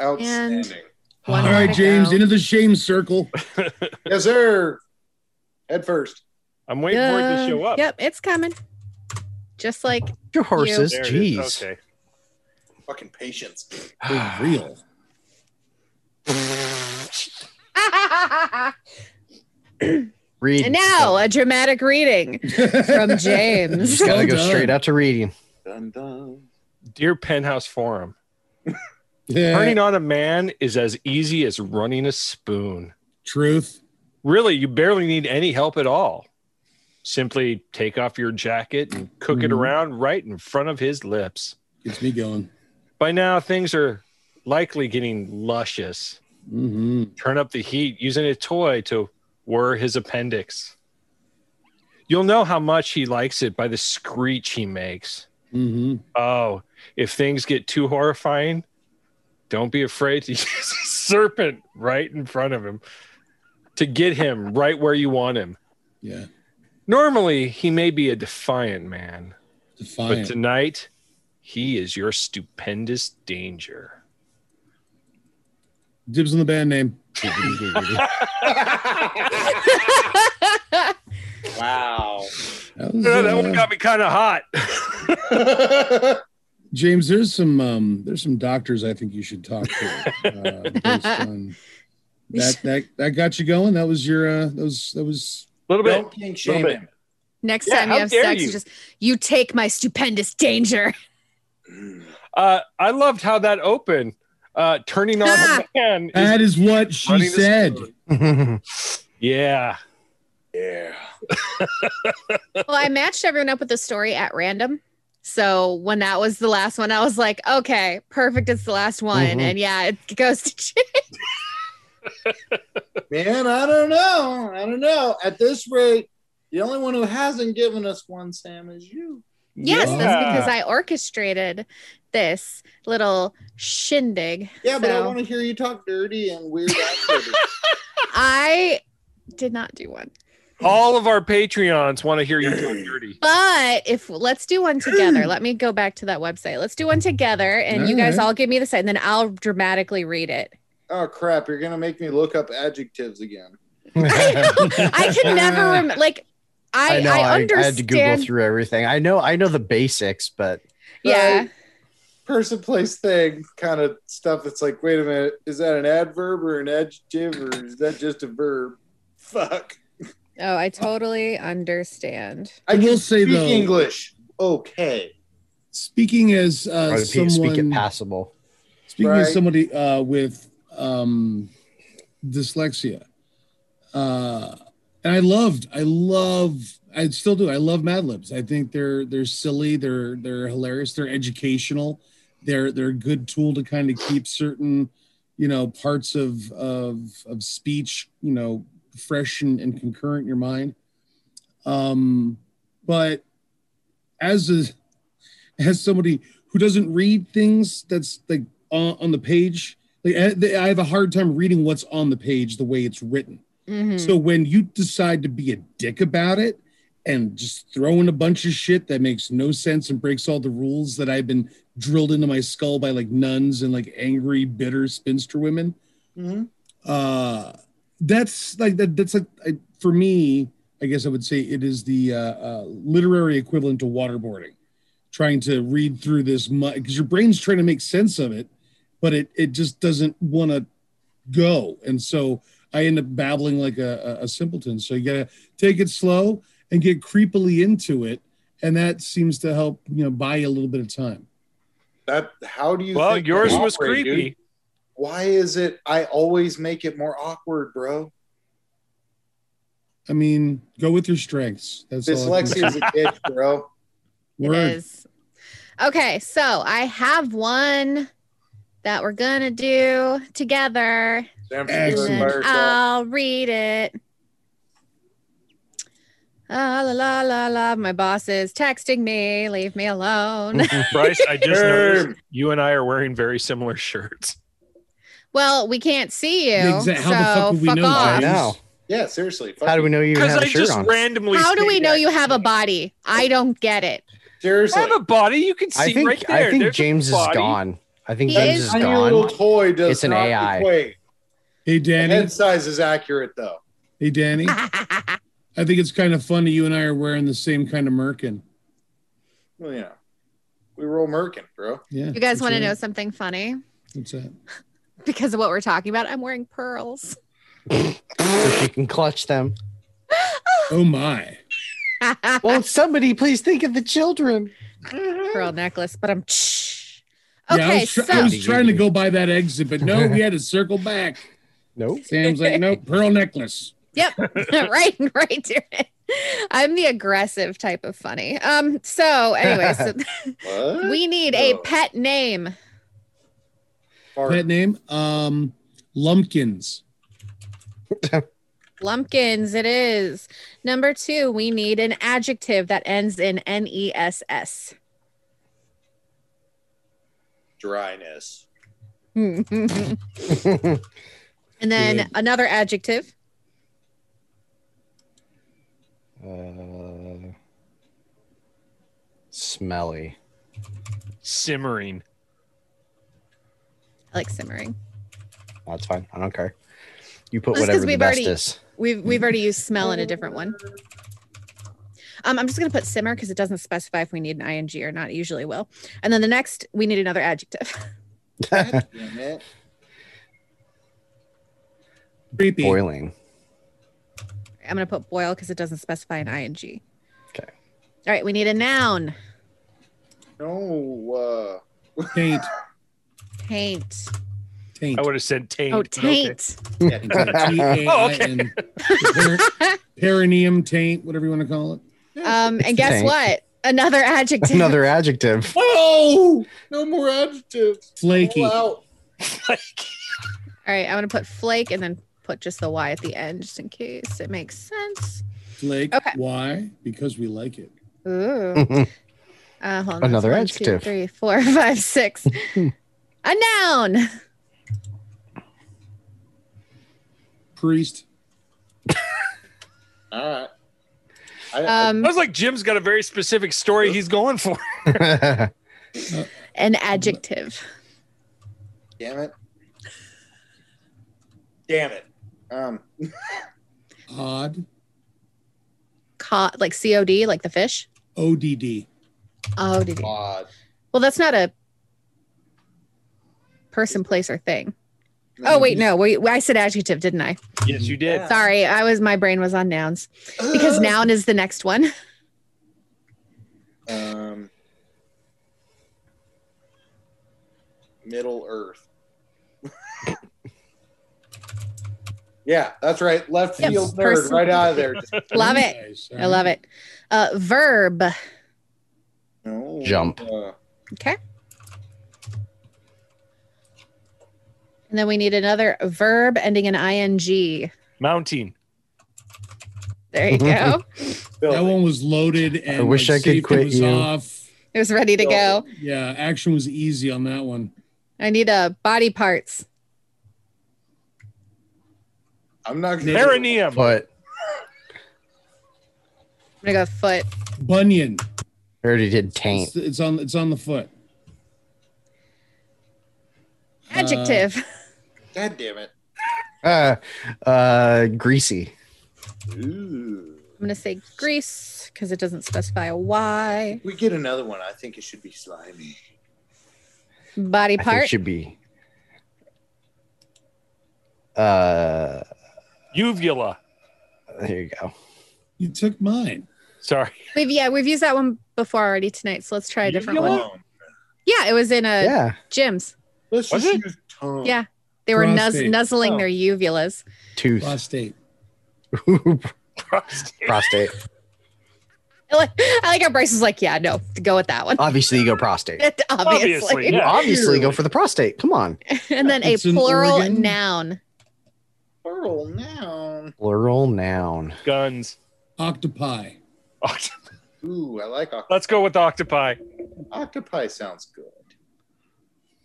S11: Outstanding.
S15: One
S16: All
S15: more
S16: right,
S15: to
S16: James,
S15: go.
S16: into the shame circle.
S11: Yes, sir. Head first.
S14: I'm waiting for it to
S15: Uh,
S14: show up.
S15: Yep, it's coming. Just like
S12: Your horses,
S14: There it is.
S12: jeez.
S14: Okay.
S11: Fucking patience.
S16: For real.
S12: Read.
S15: And now uh, a dramatic reading from James.
S12: Just gotta go straight out to reading.
S14: Dear Penthouse Forum,
S16: Uh,
S14: turning on a man is as easy as running a spoon.
S16: Truth.
S14: Really, you barely need any help at all. Simply take off your jacket and cook it
S16: Mhm.
S14: around right in front of his lips.
S16: Gets me going.
S14: By now, things are likely getting luscious.
S16: Mm-hmm,
S14: Turn up the heat using a toy to whir his appendix. You'll know how much he likes it by the screech he makes.
S16: Mm-hmm.
S14: Oh, if things get too horrifying, don't be afraid to use a serpent right in front of him to get him right where you want him.
S16: Yeah.
S14: Normally, he may be a defiant man,
S16: Defiant.
S14: but tonight, he is your stupendous danger.
S16: Dibs on the band name.
S5: Wow.
S14: Yeah, that
S16: uh,
S14: one got me kind of hot.
S16: James, there's some um, there's some doctors I think you should talk to. Uh, based on that that that got you going. That was your uh, that was that was
S14: a little
S16: bit.
S11: Pink
S16: Little bit.
S11: shaming.
S15: Next
S14: Yeah,
S15: time you
S14: how
S15: have
S14: dare
S15: sex,
S14: you.
S15: you just you take my stupendous danger.
S14: Uh, I loved how that opened. Uh, turning on
S15: Ah.
S14: a man.
S16: That is what she
S14: Running this-
S16: said.
S14: yeah.
S11: Yeah.
S15: well, I matched everyone up with a story at random. So when that was the last one, I was like, okay, perfect. It's the last one.
S11: Mhm.
S15: And yeah, it goes to James.
S11: Man, I don't know. I don't know. At this rate, the only one who hasn't given us one, Sam, is you.
S15: Yes, that's
S11: Yeah.
S15: because I orchestrated this little shindig.
S11: Yeah, but I
S15: So
S11: want to hear you talk dirty and weird.
S15: I did not do one.
S14: All of our Patreons want to hear you talk dirty.
S15: But if let's do one together, let me go back to that website. Let's do one together, and you guys
S11: Alright.
S15: all give me the site, and then I'll dramatically read it.
S11: oh crap! You're gonna make me look up adjectives again.
S15: I can never remember. Like I, I,
S12: know. I, I
S15: understand.
S12: had to Google through everything. I know. I know the basics, but
S15: Yeah.
S11: Person, place, thing, kind of stuff. That's like, wait a minute, is that an adverb or an adjective or is that just a verb? Fuck.
S15: Oh, I totally understand.
S11: I
S16: will say
S11: speak
S16: though,
S11: English. Okay.
S16: Speaking as uh,
S12: Or the pe-
S16: someone,
S12: speak it passable.
S16: Speaking
S12: Right.
S16: of somebody uh, with um, dyslexia, uh, and I loved, I love, I still do. I love Mad Libs. I think they're they're silly, they're they're hilarious, they're educational, they're they're a good tool to kind of keep certain, you know, parts of of of speech, you know, fresh and, and concurrent in your mind. Um, but as a as somebody who doesn't read things that's like on, on the page like I, they- I have a hard time reading what's on the page the way it's written
S15: Mm-hmm.
S16: so when you decide to be a dick about it and just throw in a bunch of shit that makes no sense and breaks all the rules that i've been drilled into my skull by like nuns and like angry bitter spinster women uh that's like that, that's like I, for me i guess i would say it is the uh, uh literary equivalent to waterboarding trying to read through this because your brain's trying to make sense of it but it it just doesn't want to go and so i end up babbling like a, a, a simpleton so you gotta take it slow and get creepily into it and that seems to help you know buy you a little bit of time
S11: That how do you?
S14: Well,
S11: think
S14: yours
S11: they
S14: was
S11: operate, dude?
S14: creepy.
S11: Why is it? I always make it more awkward, bro.
S16: i mean go with your strengths that's all I can
S11: Dyslexia is
S16: say.
S11: a bitch, bro.
S16: Word.
S15: Okay, so I have one that we're gonna do together.
S11: Sam,
S15: And
S11: do it
S15: then
S11: by yourself.
S15: I'll read it. Ah, la la la la. My boss is texting me. Leave me alone.
S12: Mm.
S14: Bryce, I just
S15: Err.
S14: noticed you and I are wearing very similar shirts.
S15: well, we can't see you.
S14: Exact-
S15: so
S14: how the fuck would we
S15: fuck
S14: know,
S15: off.
S14: James?
S12: No.
S11: Yeah, seriously. fuck
S12: How do we know you even
S14: Because
S12: have
S14: I
S12: a shirt
S14: just
S12: on?
S14: randomly.
S15: How do we know you have a body? I don't get it.
S11: Seriously.
S14: have a body you can see
S12: I think.
S14: right there.
S12: I think
S14: There's a
S12: James is
S14: body.
S12: gone. I think
S15: He
S12: James
S15: is-
S12: is
S11: Tiny little
S12: gone.
S11: toy does
S12: It's an
S11: not
S12: AI.
S11: equate.
S16: hey danny
S11: Head size is accurate though.
S16: Hey, Danny. I think it's kind of funny you and I are wearing the same kind of merkin.
S11: Well, yeah. We roll merkin, bro.
S16: Yeah.
S15: You guys
S16: that's
S15: want to
S16: right.
S15: know something funny?
S16: What's that?
S15: Because of what we're talking about, I'm wearing pearls.
S12: so she can clutch them.
S16: Oh my!
S12: Won't somebody please think of the children?
S15: Pearl necklace, but I'm.
S16: Yeah, I was, tr- I was trying to go by that exit, but no, we had to circle back.
S12: Nope.
S16: Sam's like, nope, pearl necklace.
S15: Yep. right, right, dear. I'm the aggressive type of funny. Um, so anyway, so we need a pet name.
S16: Pet name? Um, Lumpkins.
S15: Lumpkins, it is. Number two, we need an adjective that ends in N E S S.
S11: Dryness.
S15: and then
S11: Good.
S15: another adjective.
S12: Uh, smelly.
S14: Simmering.
S15: I like simmering.
S12: That's fine. I don't care. You put
S15: Just 'cause
S12: whatever the
S15: we've
S12: best
S15: already-
S12: is.
S15: We've we've already used smell in a different one. Um, I'm just gonna put simmer because it doesn't specify if we need an ing or not. It usually will. And then the next, we need another adjective.
S16: Creepy.
S12: Boiling.
S15: I'm gonna put boil because it doesn't specify an ing. Okay.
S12: All
S15: right, we need a noun.
S11: No.
S16: Uh... Taint.
S15: Taint.
S16: Taint.
S14: I would have said taint.
S15: Oh,
S14: but okay.
S15: taint.
S14: oh, okay.
S16: T-A-I-N. Per- perineum taint, whatever you want to call it.
S15: Um, and guess
S12: Taint.
S15: what? Another adjective.
S12: Another adjective.
S11: Oh, no more adjectives.
S16: Flaky.
S11: All out.
S15: All right, I'm gonna put flake and then put just the y at the end, just in case it makes sense.
S16: Flake.
S15: Okay.
S16: Why? Because we like it.
S15: Ooh. Uh, hold on. That's
S12: Another
S15: one, two,
S12: adjective.
S15: three, four, five, six. a noun.
S16: Priest.
S11: uh, All right.
S15: Um,
S14: I was like, Jim's got a very specific story he's going for.
S15: An adjective.
S11: Damn it. Damn it. Um,
S16: Odd.
S15: Cod, like C O D, like the fish.
S16: ODD.
S15: Oh, did you?
S11: odd.
S15: Well, that's not a person, place, or thing. Oh wait, no. Wait, I said adjective, didn't I?
S14: yes, you did.
S15: Sorry, I was my brain was on nouns because noun is the next one.
S11: Um, Middle Earth. yeah, that's right. Left
S15: Yep,
S11: field nerd
S15: person-
S11: right out of there. Just,
S15: Love it. I love it. Uh, verb.
S11: no,
S12: Jump.
S11: uh,
S15: Okay. And then we need another verb ending in ing.
S14: Mounting.
S15: There you go.
S16: That one was loaded and
S12: I wish
S16: like,
S12: I could
S16: safety
S12: quit
S16: was
S12: you.
S16: off.
S15: it was ready to go.
S16: Yeah, action was easy on that one.
S15: I need uh, body parts.
S11: I'm not gonna
S14: Perineum.
S12: But
S15: I'm gonna go foot.
S16: Bunyan.
S12: I already did taint.
S16: It's, it's on it's on the foot.
S15: Adjective.
S11: God damn it.
S12: Uh, uh, greasy.
S11: Ooh.
S15: I'm gonna say grease because it doesn't specify a why.
S11: We get another one. I think it should be slimy.
S15: Body
S12: I think
S15: part.
S12: should be. Uh,
S14: Uvula.
S12: there you go.
S16: You took mine.
S14: Sorry.
S15: We've yeah, we've used that one before already tonight, so let's try a different one.
S11: Um,
S15: Yeah, it was in a
S12: yeah.
S15: gyms.
S11: Let's
S14: Was
S11: just
S14: it?
S11: use tongue.
S15: Yeah. They were nuz-
S16: Prostate.
S15: nuzzling
S11: Oh.
S15: their uvulas.
S12: Tooth.
S16: Prostate.
S12: prostate.
S15: I like, I like how Bryce is like, yeah, no, go with that one.
S12: Obviously, you go prostate.
S15: Obviously.
S14: Obviously,
S12: You
S14: yeah.
S12: obviously go for the prostate. Come on.
S15: and then
S16: It's
S15: a
S16: an
S15: plural
S16: organ.
S15: noun.
S11: Plural noun.
S12: Plural noun.
S14: Guns.
S16: Octopi.
S14: Oct-
S11: Ooh, I like oct-
S14: Let's go with octopi.
S11: octopi. Sounds good.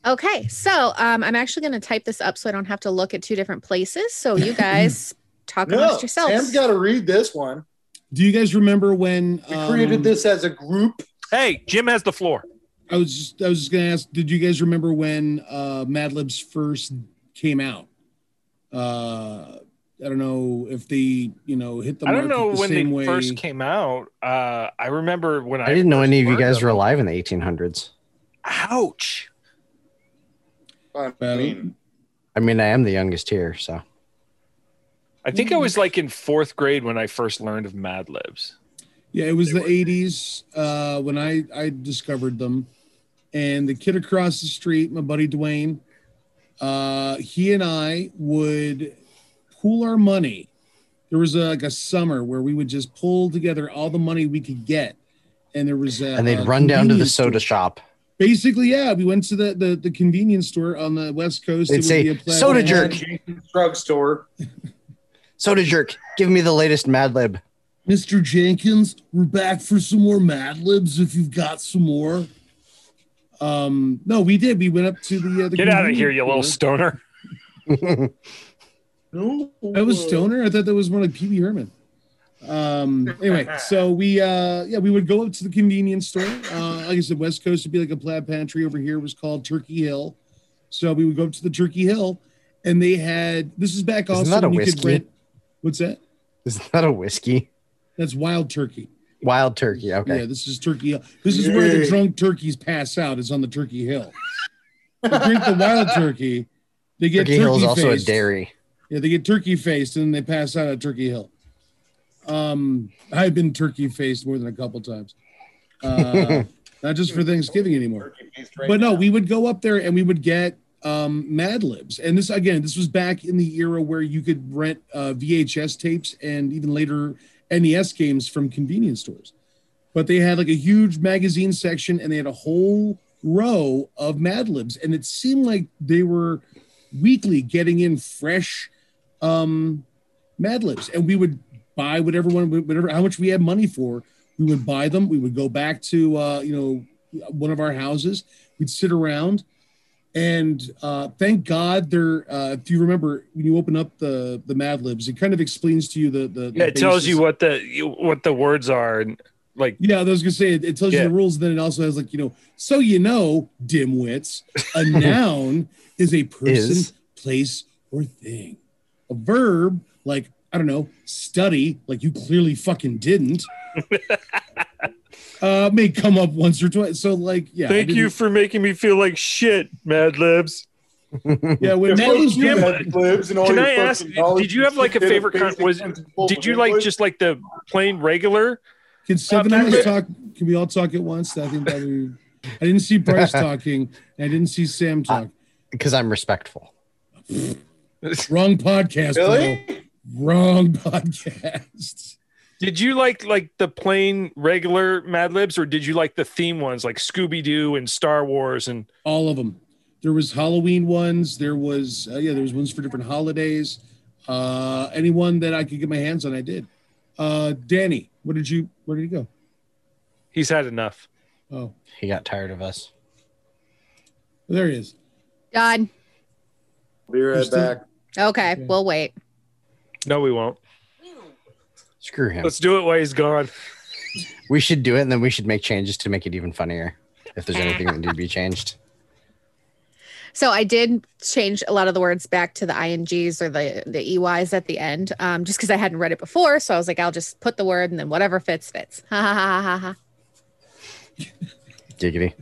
S15: Okay, so um, I'm actually going to type this up so I don't have to look at two different places. So you guys talk
S11: No,
S15: amongst yourselves.
S11: Sam's got to read this one.
S16: Do you guys remember when
S11: We
S16: um,
S11: created this as a group.
S14: Hey, Jim has the floor.
S16: I was just I was just gonna ask, did you guys remember when uh Mad Libs first came out? Uh I don't know if they, you know, hit the
S14: I
S16: market
S14: don't know
S16: the
S14: when they
S16: same way.
S14: first came out. Uh, I remember when I,
S12: I didn't know any of you
S14: heard
S12: guys
S14: them.
S12: were alive in the 1800s.
S14: Ouch.
S11: I
S16: Well,
S11: mean,
S12: I mean, I am the youngest here, so
S14: I think I
S16: Mm.
S14: was like in fourth grade when I first learned of Mad Libs.
S16: Yeah, it was the '80s uh, when I I discovered them, and the kid across the street, my buddy Dwayne, uh, he and I would pool our money. There was a, like a summer where we would just pull together all the money we could get, and there was a,
S12: and they'd
S16: a
S12: run down to the
S16: convenience
S12: soda
S16: store.
S12: shop.
S16: Basically, yeah, we went to the, the, the convenience store on the west coast.
S12: They'd
S16: It would
S12: say,
S16: be a pla-
S12: "Soda jerk."
S11: Drugstore.
S12: Soda jerk, give me the latest Mad Lib.
S16: Mr. Jenkins, we're back for some more Mad Libs if you've got some more. Um, no, we did. We went up to the. Uh, the
S14: Get out of here,
S16: convenience
S14: you little
S16: store.
S14: stoner.
S16: No, that was Stoner. I thought that was more like Pee Wee Herman. Um, anyway, so we uh, yeah, we would go up to the convenience store. Uh, like I said, West Coast would be like a plaid pantry. Over here was called Turkey Hill. So we would go up to the Turkey Hill, and they had this is back
S12: Isn't
S16: also
S12: that a
S16: when you could
S12: whiskey?
S16: rent. What's that?
S12: Isn't that a whiskey?
S16: That's Wild Turkey.
S12: Wild turkey. Okay.
S16: Yeah, this is Turkey Hill. This is where the
S12: Yay.
S16: drunk turkeys pass out. Is on the Turkey Hill. They drink the wild turkey. They get
S12: turkey
S16: turkey,
S12: Hill is also a
S16: faced.
S12: dairy.
S16: Yeah, they get turkey faced and they pass out at Turkey Hill. Um, I've been turkey faced more than a couple times. Uh, not just for Thanksgiving anymore. But no, we would go up there and we would get um, Mad Libs. And this again, this was back in the era where you could rent uh, VHS tapes and even later NES games from convenience stores. But they had like a huge magazine section and they had a whole row of Mad Libs, and it seemed like they were weekly getting in fresh um, Mad Libs, and we would buy whatever one, whatever how much we had money for, we would buy them. We would go back to uh, you know one of our houses. We'd sit around, and uh, thank God there. Uh, if you remember when you open up the the Mad Libs, it kind of explains to you the the, the
S14: Yeah, it tells
S16: basis.
S14: you what the you- what the words are and like
S16: Yeah, I was gonna say it, it tells
S14: Yeah.
S16: you the rules. Then it also has like you know, so you know, dimwits. A noun is a person,
S12: Is.
S16: place, or thing. A verb, like I don't know, study, like you clearly fucking didn't. uh, may come up once or twice. So like, yeah. I
S14: Thank you
S16: didn't-
S14: for making me feel like shit, Mad Libs.
S16: yeah, when
S14: Can
S16: Mad Libs
S14: I-
S16: do
S14: Mad Can I ask? Did you have like a favorite? Con- was
S16: Oh,
S14: did you like just like the plain regular?
S16: Can seven
S14: Uh,
S16: of us
S14: Bri-
S16: talk? Can we all talk at once? I think that we. I didn't see Bryce talking. And I didn't see Sam talk.
S12: Because I'm respectful.
S16: Wrong podcast,
S12: Really?
S16: bro. Wrong podcast.
S14: Did you like like the plain regular Mad Libs, or did you like the theme ones like Scooby Doo and Star Wars and
S16: All of them. There was Halloween ones. There was uh, yeah. There was ones for different holidays. Uh, anyone that I could get my hands on, I did. Uh, Danny, what did you? Where did he go?
S14: He's had enough.
S16: Oh,
S12: He got tired of us.
S16: there he is.
S15: Done.
S11: Be right back.
S15: Okay, we'll wait.
S14: No, we won't.
S12: Screw him.
S14: Let's do it while he's gone.
S12: We should do it, and then we should make changes to make it even funnier. If there's anything that need to be changed,
S15: So I did change a lot of the words back to the ings or the the eys at the end, um, just because I hadn't read it before. So I was like, I'll just put the word and then whatever fits fits. Ha ha ha ha ha.
S12: giggity.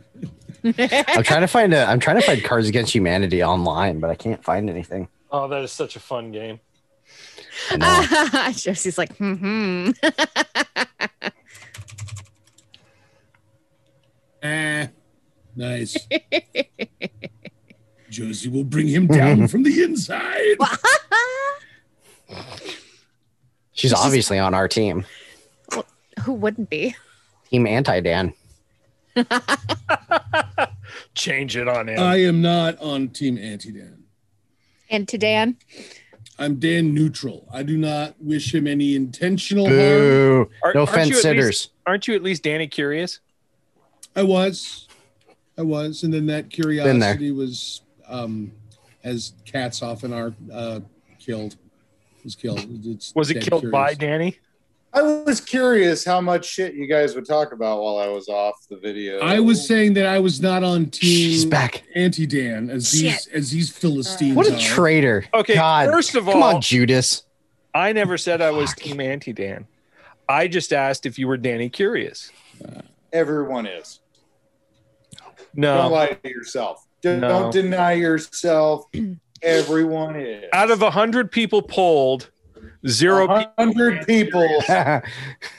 S12: I'm trying to find a. I'm trying to find Cards Against Humanity online, but I can't find anything.
S14: Oh, that is such a fun game.
S15: Ah. ha. Josie's like, hmm.
S16: Eh, nice. Josie will bring him down from the inside.
S12: She's obviously on our team.
S15: Who wouldn't be?
S12: Team Anti Dan.
S14: Change it on him.
S16: I am not on Team Anti Dan.
S15: And to Dan.
S16: I'm Dan neutral. I do not wish him any intentional harm.
S12: Boo.
S14: Are-
S12: no
S14: aren't you at
S12: offense,
S14: least-
S12: sitters.
S14: aren't you at least Danny curious?
S16: I was, I was, and then that curiosity was, um, as cats often are, uh, killed. Was killed. It's
S14: Was it
S16: dead
S14: killed
S16: curious.
S14: by Danny?
S11: I was curious how much shit you guys would talk about while I was off the video.
S16: I was saying that I was not on team.
S12: She's back.
S16: Anti Dan, as these as these Philistines.
S12: What
S16: are.
S12: a traitor.
S14: Okay,
S12: God.
S14: first of
S12: Come
S14: all-
S12: on, Judas.
S14: I never said I was Team Anti Dan. I just asked if you were Danny curious.
S11: Everyone is. Don't
S14: No,
S11: lie to yourself. D-
S14: No.
S11: Don't deny yourself. Everyone is.
S14: out of a hundred people polled, Zero
S11: hundred people,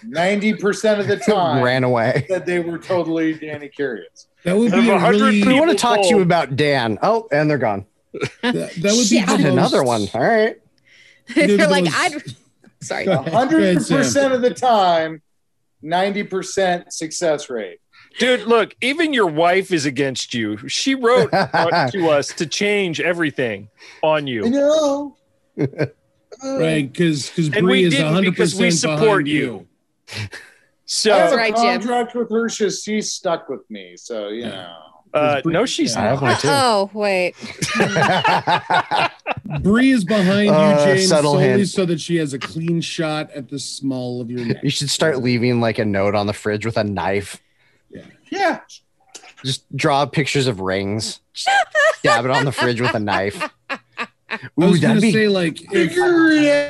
S11: ninety percent of the time,
S12: Ran away.
S11: That they were totally Danny curious.
S12: That would
S11: be a really-
S12: We want to
S11: people
S12: talk to you
S11: told-
S12: about Dan. Oh, and they're gone.
S16: that, would
S12: be another one. All right.
S15: They're like, I'd. Sorry.
S11: hundred percent of the time, ninety percent success rate.
S14: Dude, look, even your wife is against you. She wrote on- to us to change everything on you.
S11: I know. Uh,
S16: right? Because because
S14: And we
S16: Bree is
S14: didn't
S16: 100
S14: because we support you. So
S11: I have a
S14: Right, Jim.
S11: contract with her. She's, she's stuck with me. So you know.
S14: Uh, no, she's
S12: I have one too.
S15: Oh wait.
S16: Bree is behind you,
S12: Uh,
S16: James,
S12: subtle
S16: solely
S12: hint.
S16: so that she has a clean shot at the small of your neck.
S12: You should start leaving like a note on the fridge with a knife.
S11: Yeah.
S12: Just draw pictures of rings. Just Stab it on the fridge with a knife.
S16: I
S12: Ooh,
S16: was gonna
S12: that'd be.
S16: say like if,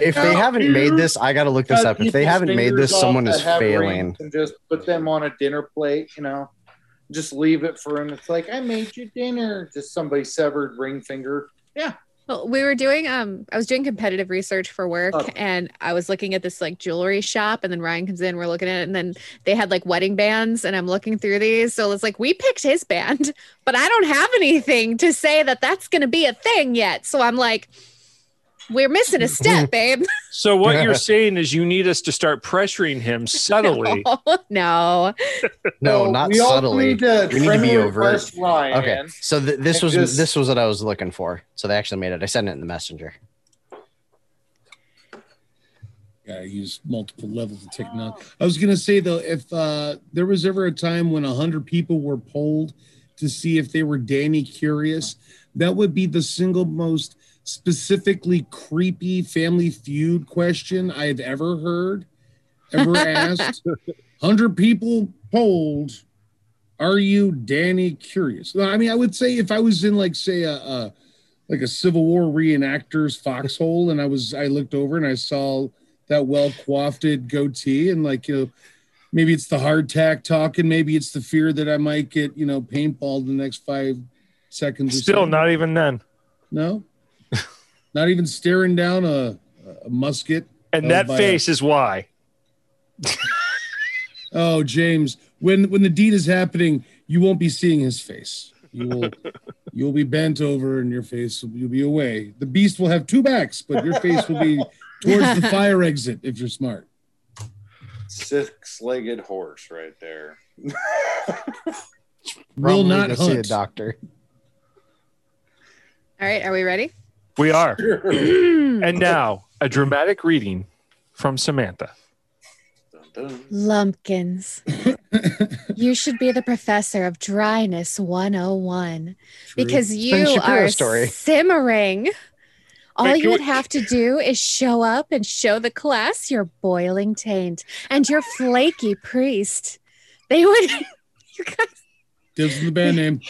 S12: If they haven't made this, I gotta look this
S11: Cut
S12: up. If they
S11: people's
S12: haven't made
S11: fingers
S12: this,
S11: off
S12: someone
S11: that
S12: is
S11: have
S12: failing.
S11: rings And just put them on a dinner plate, you know. Just leave it for him. It's like I made you dinner. Just somebody severed ring finger. Yeah.
S15: Well, we were doing um I was doing competitive research for work
S11: Okay.
S15: and I was looking at this like jewelry shop and then Ryan comes in, we're looking at it, and then they had like wedding bands and I'm looking through these. So it's like we picked his band, but I don't have anything to say that that's gonna be a thing yet. So I'm like, we're missing a step, babe.
S14: So what you're saying is you need us to start pressuring him subtly.
S15: no.
S12: No,
S15: No,
S12: not
S15: we all
S12: subtly.
S15: need to
S12: we need to be
S11: friendly
S12: overt.
S11: request Ryan
S12: Okay, so th- this
S11: and
S12: was
S11: just-
S12: this was what I was looking for. So they actually made it. I sent it in the messenger.
S16: yeah, use multiple levels of technology. I was gonna say though, if uh, there was ever a time when hundred people were polled to see if they were Danny curious, that would be the single most specifically creepy Family Feud question I have ever heard, ever asked. Hundred people polled, are you Danny curious? Well, I mean, I would say if I was in like say a. a like a Civil War reenactors foxhole, and I was I looked over and I saw that well coiffed goatee, and like you know, maybe it's the hardtack talking, maybe it's the fear that I might get you know paintballed in the next five seconds. Or
S14: Still
S16: something.
S14: not even then.
S16: no, not even staring down a, a musket.
S14: And
S11: Oh
S16: held
S14: that
S16: by a-
S14: face is why.
S16: oh, James, when when the deed is happening, you won't be seeing his face. You will you will be bent over, and your face will, you'll be away. The beast will have two backs, but your face will be towards the fire exit if you're smart.
S11: Six-legged horse, right there.
S16: Will
S12: Probably
S16: not
S12: go see a
S16: hunt.
S12: doctor.
S15: All right, are we ready?
S14: We are. and now a dramatic reading from Samantha.
S15: Lumpkins. you should be the professor of dryness 101 because
S12: It's
S15: you
S12: Ben Shapiro
S15: are
S12: story.
S15: simmering. All
S12: Wait,
S15: you
S12: can
S15: would
S12: we-
S15: have to do is show up and show the class your boiling taint and your flaky priest. They would
S16: Gives him the band name.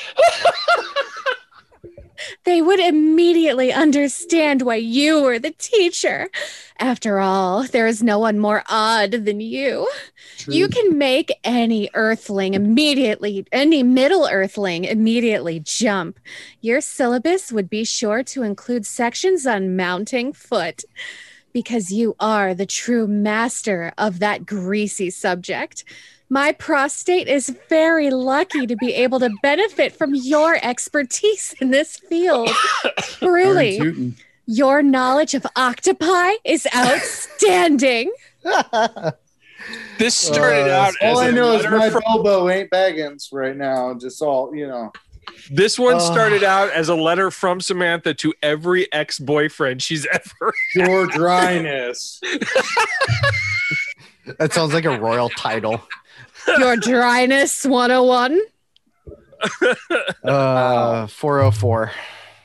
S15: they would immediately understand why you were the teacher. After all, there is no one more odd than you. You can make any earthling immediately, any middle earthling immediately jump. Your syllabus would be sure to include sections on mounting foot because you are the true master of that greasy subject. My prostate is very lucky to be able to benefit from your expertise in this field.
S16: Darn
S15: Truly,
S16: tootin'.
S15: your knowledge of octopi is outstanding.
S14: This started
S11: Uh,
S14: out as
S11: All I
S14: a
S11: know is
S14: letter
S11: my
S14: from-
S11: Bilbo ain't Baggins right now. Just all you know.
S14: This one
S11: Ah.
S14: started out as a letter from Samantha to every ex-boyfriend she's ever
S11: Your dryness.
S12: That sounds like a royal title.
S15: Your dryness 101.
S12: Uh, 404.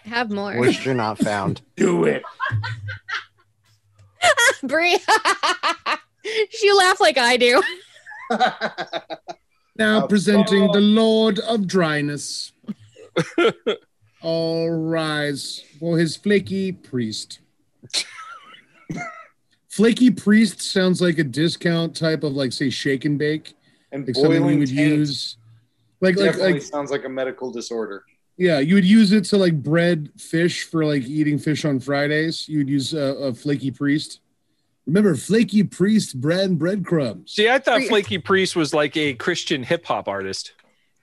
S15: Have more.
S12: Wish you're not found.
S11: Do it.
S15: Brie. she laughed like I do.
S16: Now presenting the Lord of Dryness. All rise for his flaky priest. flaky priest sounds like a discount type of like say shake and bake.
S11: And
S16: like something you
S11: boiling
S16: would
S11: taint.
S16: use. Like like
S11: Definitely
S16: like
S11: sounds like a medical disorder.
S16: yeah, you would use it to like bread fish for like eating fish on Fridays. You would use a, a flaky priest Remember Flaky Priest brand breadcrumbs.
S14: See, I thought Flaky Priest was like a Christian hip hop artist.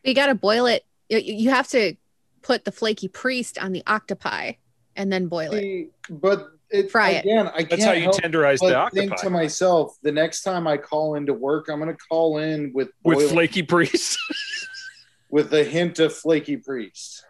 S15: You got to boil it. You- You have to put the flaky priest on the octopi and then boil it.
S11: But it,
S15: fry it.
S11: Again, I
S14: That's
S11: can't
S14: how you
S11: help
S14: tenderize the
S11: but think
S14: octopi.
S11: to myself, the next time I call into work, I'm going to call in with
S14: With
S11: boiling-
S14: Flaky Priest.
S11: with a hint of flaky priest.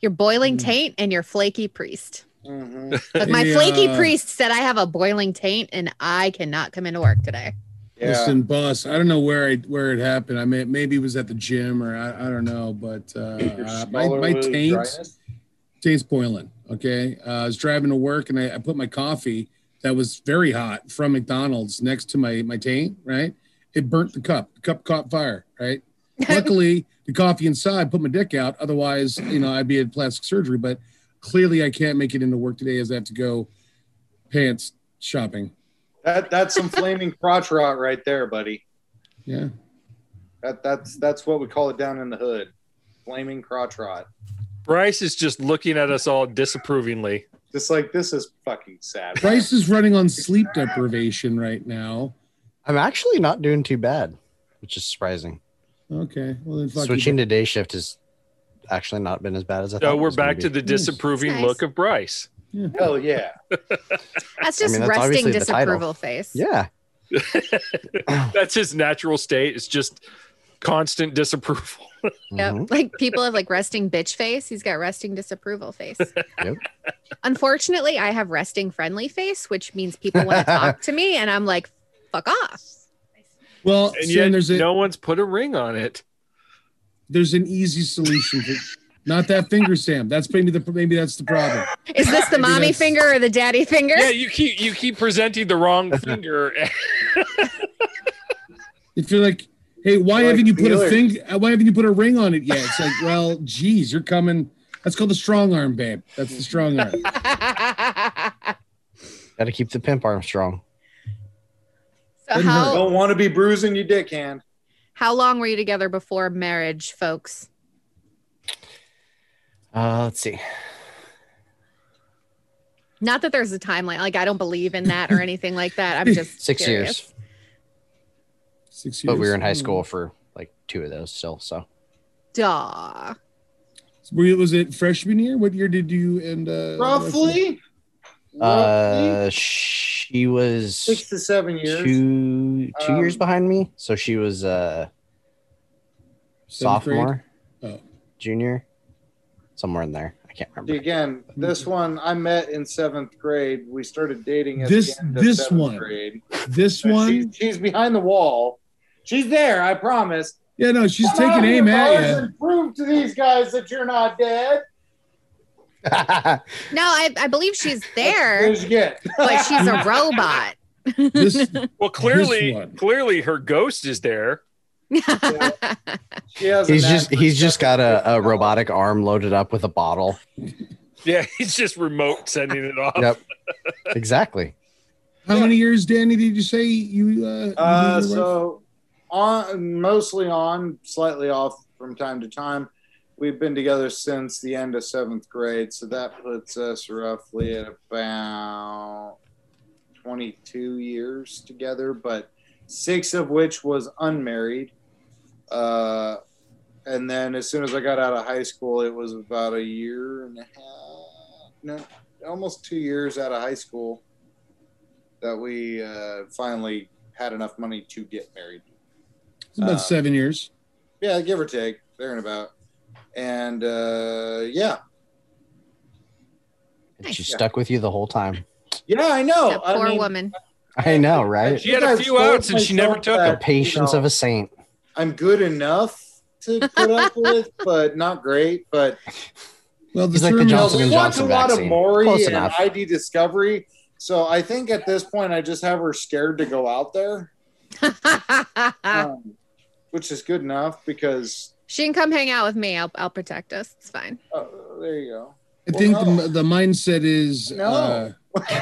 S15: Your boiling
S12: Mm.
S15: taint and your flaky priest.
S11: Mhm.
S15: But my flaky
S16: Yeah.
S15: priest said I have a boiling taint and I cannot come into work today.
S16: Listen, boss, I don't know where I where it happened. I mean, maybe it was at the gym or I, I don't know, but uh, uh, my,
S11: Smaller
S16: my
S11: little
S16: taint
S11: dryness.
S16: taint's boiling. Okay, uh, I was driving to work and I, I put my coffee that was very hot from McDonald's next to my my taint. Right, it burnt the cup. The cup caught fire. Right. Luckily, the coffee inside put my dick out. Otherwise, you know, I'd be at plastic surgery. But clearly, I can't make it into work today as I have to go pants shopping.
S11: That that's some flaming crotch rot right there, buddy.
S16: Yeah.
S11: That that's that's what we call it down in the hood, flaming crotch rot.
S14: Bryce is just looking at us all disapprovingly.
S11: Just like this is fucking sad.
S16: Bryce is running on sleep deprivation right now.
S12: I'm actually not doing too bad, which is surprising.
S16: Okay. Well, then fuck
S12: Switching
S16: you.
S12: to day shift has actually not been as bad as I thought.
S14: So
S12: it
S14: we're
S12: was gonna
S14: back to
S12: be.
S14: the disapproving
S15: Nice.
S14: look of Bryce.
S11: Hell yeah.
S15: That's
S12: I mean,
S15: just
S12: that's
S15: resting
S12: obviously the title.
S15: disapproval face.
S12: Yeah.
S14: That's his natural state. It's just constant disapproval.
S15: Yep. Like people have like resting bitch face. He's got resting disapproval face. Unfortunately, I have resting friendly face, which means people want to talk to me and I'm like, fuck off.
S16: Well,
S14: And
S16: Sam,
S14: yet,
S16: there's a
S14: no one's put a ring on it.
S16: there's an easy solution. To, not that finger, Sam. That's maybe the maybe that's the problem.
S15: Is this the
S16: Maybe
S15: mommy
S16: that's-
S15: finger or the daddy finger?
S14: Yeah, you keep you keep presenting the wrong finger.
S16: If you're like, hey, why
S14: Like
S16: haven't you put a
S14: feelers.
S16: thing? Why haven't you put a ring on it yet? It's like, well, geez, you're coming. That's called the strong arm, babe. That's the strong arm.
S12: Gotta keep the pimp arm strong.
S15: so how
S16: Oh.
S11: Don't want to be bruising your dick hand.
S15: how long were you together before marriage, folks?
S12: Uh, let's see.
S15: Not that there's a timeline. Like I don't believe in that or anything like that. I'm just
S12: Six
S15: curious.
S12: years.
S16: Six
S12: But we
S16: years?
S12: were in high
S16: Hmm.
S12: school for like two of those still. So
S15: Duh.
S16: Were you, was it freshman year? What year did you and uh,
S11: Roughly
S12: uh, she was
S11: six to seven years.
S12: two two years
S11: Um,
S12: behind me. So she was uh
S11: Seventh grade?
S12: sophomore,
S16: Oh.
S12: junior, somewhere in there. I can't remember.
S11: Again, this one I met in seventh grade. We started dating at
S16: This-
S11: the end of
S16: this
S11: seventh
S16: one.
S11: grade.
S16: This one?
S11: She's, she's behind the wall. She's there, I promise.
S16: Yeah, no, she's
S11: Come out
S16: taking
S11: here,
S16: aim at
S11: fellas,
S16: you.
S11: and Prove to these guys that you're not dead.
S15: No, I, I believe she's there,
S11: As you get.
S15: but she's a robot.
S16: This
S14: well,
S16: This
S14: clearly,
S16: one.
S14: clearly her ghost is there.
S11: She has
S12: He's
S11: an
S12: just
S11: ass-
S12: he's just got a, a robotic arm loaded up with a bottle.
S14: Yeah, he's just remote sending it off.
S12: Yep. Exactly.
S16: How many years, Danny? Did you say you? Uh, you
S11: Uh,
S16: knew your wife?
S11: so on mostly on, slightly off from time to time. We've been together since the end of seventh grade, so that puts us roughly at about twenty-two years together, but six of which was unmarried. Uh, and then as soon as I got out of high school, it was about a year and a half, no, almost two years out of high school that we uh, finally had enough money to get married.
S16: it's about
S11: uh,
S16: seven years.
S11: Yeah, give or take, there and about. And uh, yeah,
S12: And She stuck with you the whole time.
S11: yeah, I know.
S15: That
S11: Oh, I
S15: poor
S11: mean,
S15: woman.
S12: I know, right?
S14: She had a
S11: I've
S14: few
S11: told
S14: outs and she never
S11: myself
S14: took
S11: that,
S12: The
S14: them.
S12: patience
S11: you know,
S12: of a saint.
S11: I'm good enough to put up with, but not great. But
S16: Well, the
S12: He's like the
S16: term-
S12: Johnson
S11: we
S12: and
S11: watch a
S12: Johnson
S11: lot
S12: vaccine.
S11: of Maury
S12: Close
S11: and
S12: enough.
S11: ID Discovery, so I think at this point I just have her scared to go out there,
S15: Ah.
S11: um, which is good enough because
S15: she can come hang out with me. I'll, I'll protect us. It's fine.
S11: uh, there you go.
S16: I think
S11: Well, no.
S16: the, the mindset is
S11: No.
S16: Uh,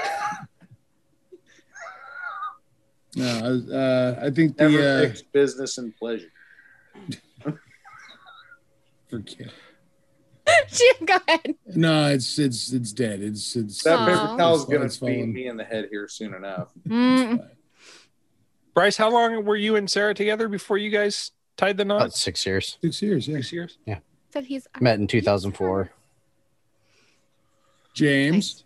S16: no, uh, I think
S11: Never
S16: the uh,
S11: mix business and pleasure.
S16: forget.
S15: Jim, go ahead.
S16: uh, No, it's it's it's dead. It's it's
S11: that
S15: Aw.
S11: paper towel's
S16: It's
S11: gonna
S16: falling.
S11: beat me in the head here soon enough.
S16: Mm.
S14: Bryce, how long were you and Sarah together before you guys tied the knot?
S12: About six years.
S16: Six years. Yeah. Six
S14: years.
S12: Yeah.
S15: Said he's
S12: Met in 2004.
S16: James.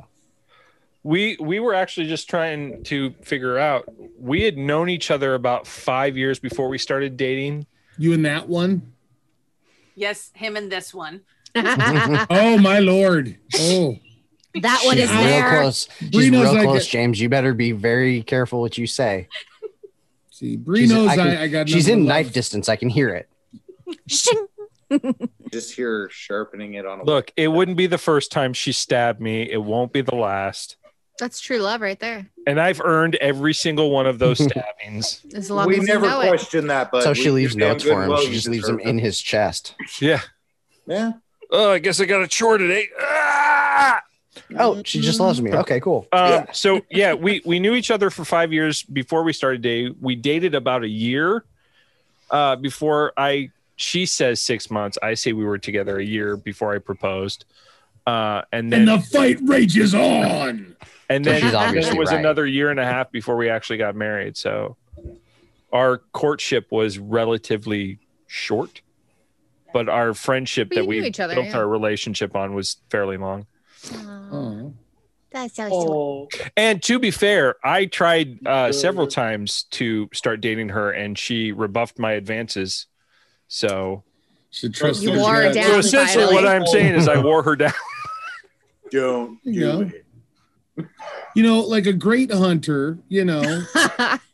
S14: We we were actually just trying to figure out. We had known each other about five years before we started dating.
S16: You and that one?
S4: Yes, him and this one.
S16: oh my lord! Oh,
S4: That one is
S12: She's real
S4: there.
S12: close. She's
S16: Brino's
S12: real
S16: like
S12: close,
S16: a-
S12: James. You better be very careful what you say.
S16: See,
S12: Brino's.
S16: knows I- I got
S12: She's
S16: nothing
S12: in
S16: left.
S12: knife distance. I can hear it.
S11: Just here sharpening it on a
S14: Look, it wouldn't be the first time she stabbed me. It won't be the last.
S15: That's true love right there.
S14: And I've earned every single one of those stabbings.
S15: As long
S11: we
S15: as
S11: never
S15: you know it.
S11: question that, but
S12: so she
S11: we-
S12: leaves
S11: you're damn
S12: notes
S11: good
S12: for him.
S11: well
S12: she
S11: you
S12: just leaves them
S11: deserve
S12: in his chest.
S14: Yeah.
S11: it. Yeah.
S8: Oh, I guess I got a chore today. Ah!
S12: Oh, she just loves me. Okay, cool.
S14: Um, so yeah, we we knew each other for five years before we started dating. We dated about a year uh, before I. She says six months. I say we were together a year before I proposed. Uh, and then
S16: and the fight rages on.
S14: and then,
S16: She's
S14: then
S16: obviously
S14: it was
S16: right.
S14: another year and a half before we actually got married. So our courtship was relatively short, but our friendship
S15: But you
S14: that we
S15: knew each other,
S14: built
S15: yeah.
S14: our relationship on was fairly long.
S16: Oh.
S13: That's so oh.
S14: And to be fair, I tried uh, several times to start dating her, and she rebuffed my advances. So
S16: she
S15: trust You those wore her guys. down
S14: So essentially,
S15: finally.
S14: what I'm saying is, I wore her down.
S11: Don't
S16: you know? You know, like a great hunter, you know,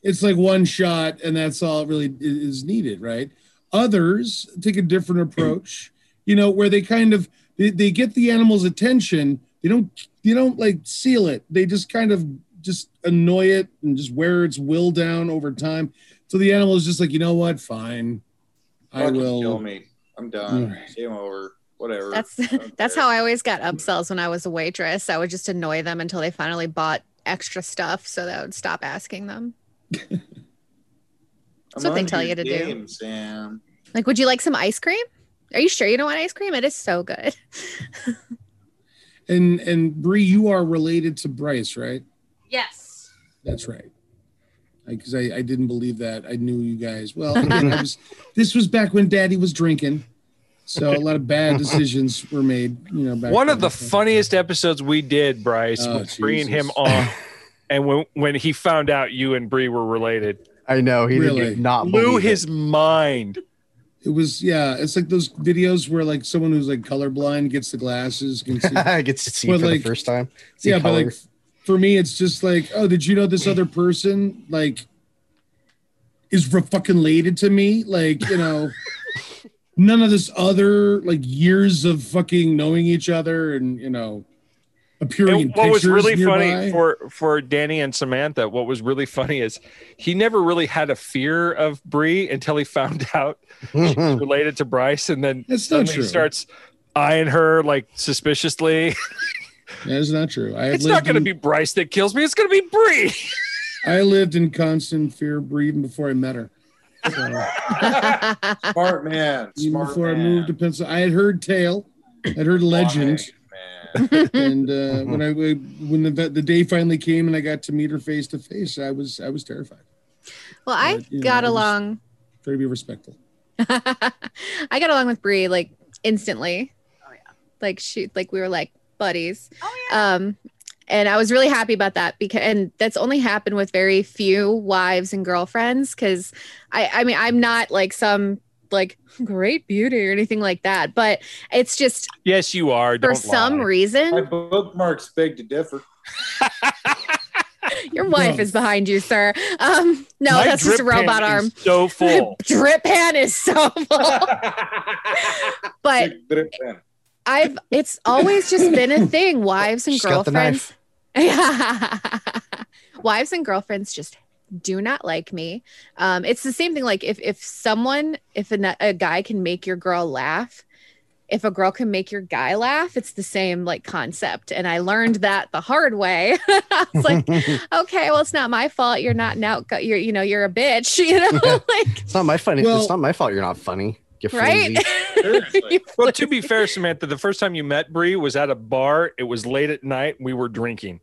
S16: it's like one shot and that's all it really i- is needed, right? Others take a different approach, you know, where they kind of they, they get the animal's attention. They don't they don't like seal it. They just kind of just annoy it and just wear its will down over time. So the animal is just like, you know what? Fine. I
S11: Fucking
S16: will
S11: kill me. I'm done.
S16: All
S11: Game over. Whatever.
S15: That's that's how I always got upsells when I was a waitress. I would just annoy them until they finally bought extra stuff so that I would stop asking them. That's what they tell you to do.
S11: do. Sam.
S15: Like, would you like some ice cream? Are you sure you don't want ice cream? It is so good.
S16: And and Bree, you are related to Bryce, right?
S4: Yes.
S16: That's right. Because I, I didn't believe that. I knew you guys. Well, again, I was, this was back when Daddy was drinking, so a lot of bad decisions were made. You know, back
S14: One of the
S16: then.
S14: funniest episodes we did, Bryce,
S16: Oh,
S14: was bringing him
S16: Jesus.
S14: on, and when when he found out you and Bree were related,
S12: I know he
S16: Oh. Really?
S12: did not
S14: blew
S12: believe
S14: his mind.
S16: It was yeah. It's like those videos where like someone who's like colorblind gets the glasses can see.
S12: it. Gets to see
S16: But,
S12: for
S16: like,
S12: the first time. See
S16: yeah, but
S12: color.
S16: like for me, it's just like, oh, did you know this other person like is re- fucking related to me? Like, you know, none of this other like years of fucking knowing each other and you know appearing in
S14: And what was
S16: pictures
S14: really
S16: nearby.
S14: funny for for Danny and Samantha, what was really funny is he never really had a fear of Bree until he found out she was related to Bryce, and then
S16: That's not
S14: suddenly
S16: true.
S14: he starts eyeing her like suspiciously.
S16: That is not true. I have
S14: it's not
S16: lived
S14: going to
S16: in-
S14: be Bryce that kills me. It's going to be Bree.
S16: I lived in constant fear of breeding before I met her. So,
S11: Smart man.
S16: even
S11: Smart
S16: before I
S11: man.
S16: moved to Pennsylvania, I had heard tale, I'd heard legend.
S15: Mm.
S16: and uh, when I when the the day finally came and I got to meet her face to face, I was I was terrified.
S15: Well, I
S16: you know,
S15: got
S16: I was-
S15: along.
S16: Try to be respectful.
S15: I got along with Brie like instantly. Like she like we were like buddies.
S9: Oh,
S15: Um and I was really happy about that because and that's only happened with very few wives and girlfriends cuz I I mean I'm not like some like great beauty or anything like that, but it's just
S14: yes, you are.
S15: for
S14: Don't
S15: some
S14: lie.
S11: My
S15: reason
S11: bookmarks beg to differ.
S15: your wife
S14: No.
S15: is behind you, sir. Um no,
S14: My
S15: that's just a
S14: drip pan
S15: robot
S14: is
S15: arm.
S14: so full.
S15: Drip pan is so full. but I've it's always just been a thing. Wives and
S12: She's got the
S15: girlfriends. Wives and girlfriends just do not like me. Um, it's the same thing. Like if if someone if a, a guy can make your girl laugh, if a girl can make your guy laugh, it's the same like concept. And I learned that the hard way. I was like, okay, well, it's not my fault. You're not now. You're you know you're a bitch. You know, like
S12: It's not my funny.
S15: Well-
S12: it's not my fault. You're not funny. You
S15: Right?
S14: well, to be fair, Samantha, the first time you met Bree was at a bar. It was late at night. We were drinking.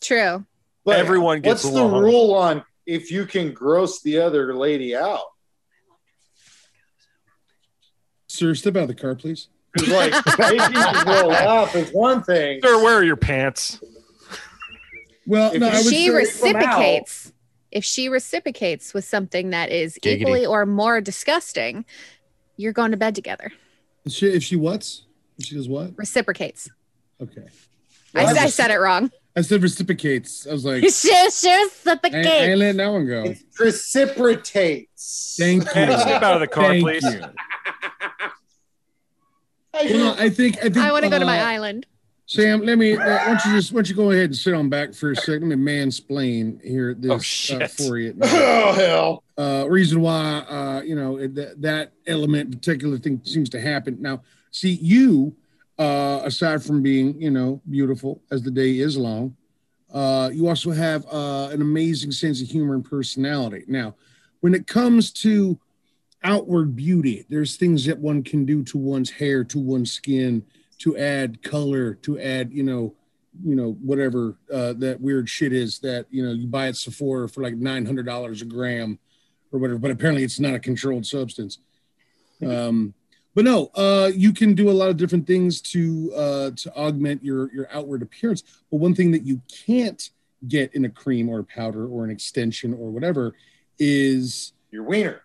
S15: True.
S14: Everyone gets
S11: What's the
S14: along.
S11: rule on if you can gross the other lady out?
S16: Sir, step out of the car, please.
S11: 'Cause, Like making people laugh is one thing.
S14: Sir, where are your pants?
S16: Well,
S15: if
S16: no, I would
S15: she
S16: say-
S15: reciprocates, if she reciprocates with something that is
S16: Giggity.
S15: equally or more disgusting, you're going to bed together.
S16: If she, if she what's? If she does what?
S15: Reciprocates.
S16: Okay.
S15: I,
S16: Well,
S15: s-
S16: I
S15: I
S16: just-
S15: said it wrong.
S16: I said reciprocates. I was like,
S15: She she
S16: I, I ain't
S15: reciprocates.
S16: letting that one go.
S11: Precipitates.
S16: Thank you.
S11: Hey, step out of the car,
S16: Thank
S11: please.
S16: you. Well, I think I think
S15: I want to go to my
S16: uh,
S15: island.
S16: Sam, let me. uh, Why don't you just why don't you go ahead and sit on back for a second? Let me mansplain here this
S15: Oh,
S16: Uh,
S14: shit.
S16: for you.
S11: Oh, hell.
S16: Uh, reason why uh, you know it- that that element in particular thing seems to happen now. See you, uh, aside from being you know beautiful as the day is long, uh, you also have uh, an amazing sense of humor and personality. Now, when it comes to outward beauty, there's things that one can do to one's hair, to one's skin, to add color, to add, you know, you know, whatever uh, that weird shit is that you know you buy at Sephora for like nine hundred dollars a gram or whatever, but apparently it's not a controlled substance. Um, but no, uh, you can do a lot of different things to uh, to augment your your outward appearance. But one thing that you can't get in a cream or a powder or an extension or whatever is
S11: your wiener.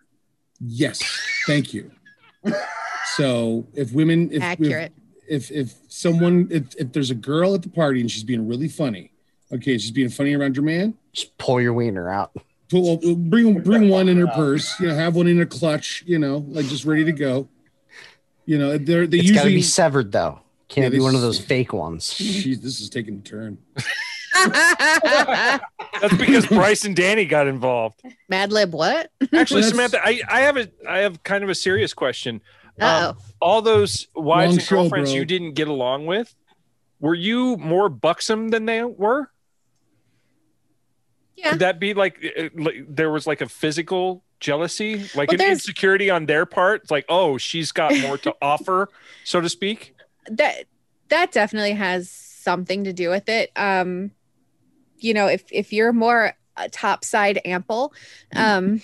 S16: Yes, thank you. so if women, if
S15: Accurate.
S16: if if someone, if, if there's a girl at the party and she's being really funny, okay, she's being funny around your man.
S12: Just pull your wiener out.
S16: Well, bring bring one in her purse. You know, have one in a clutch. You know, like just ready to go. You know, they're they
S12: It's got to
S16: usually
S12: be severed though. Can't
S16: Yeah,
S12: be
S16: they
S12: one of
S16: s-
S12: those fake ones.
S16: Jeez, this is taking a turn.
S14: That's because Bryce and Danny got involved.
S15: Mad lib what?
S14: Actually, Samantha, I, I have a I have kind of a serious question. Um,
S15: Uh-oh.
S14: all those wives
S16: Wrong
S14: and
S16: show,
S14: girlfriends
S16: bro.
S14: you didn't get along with, were you more buxom than they were?
S15: Yeah.
S14: Could that be like, uh, like there was like a physical jealousy,
S15: Well,
S14: like an
S15: there's-
S14: insecurity on their part? It's like, oh, she's got more to offer, so to speak.
S15: that that definitely has something to do with it um you know if if you're more uh, topside ample um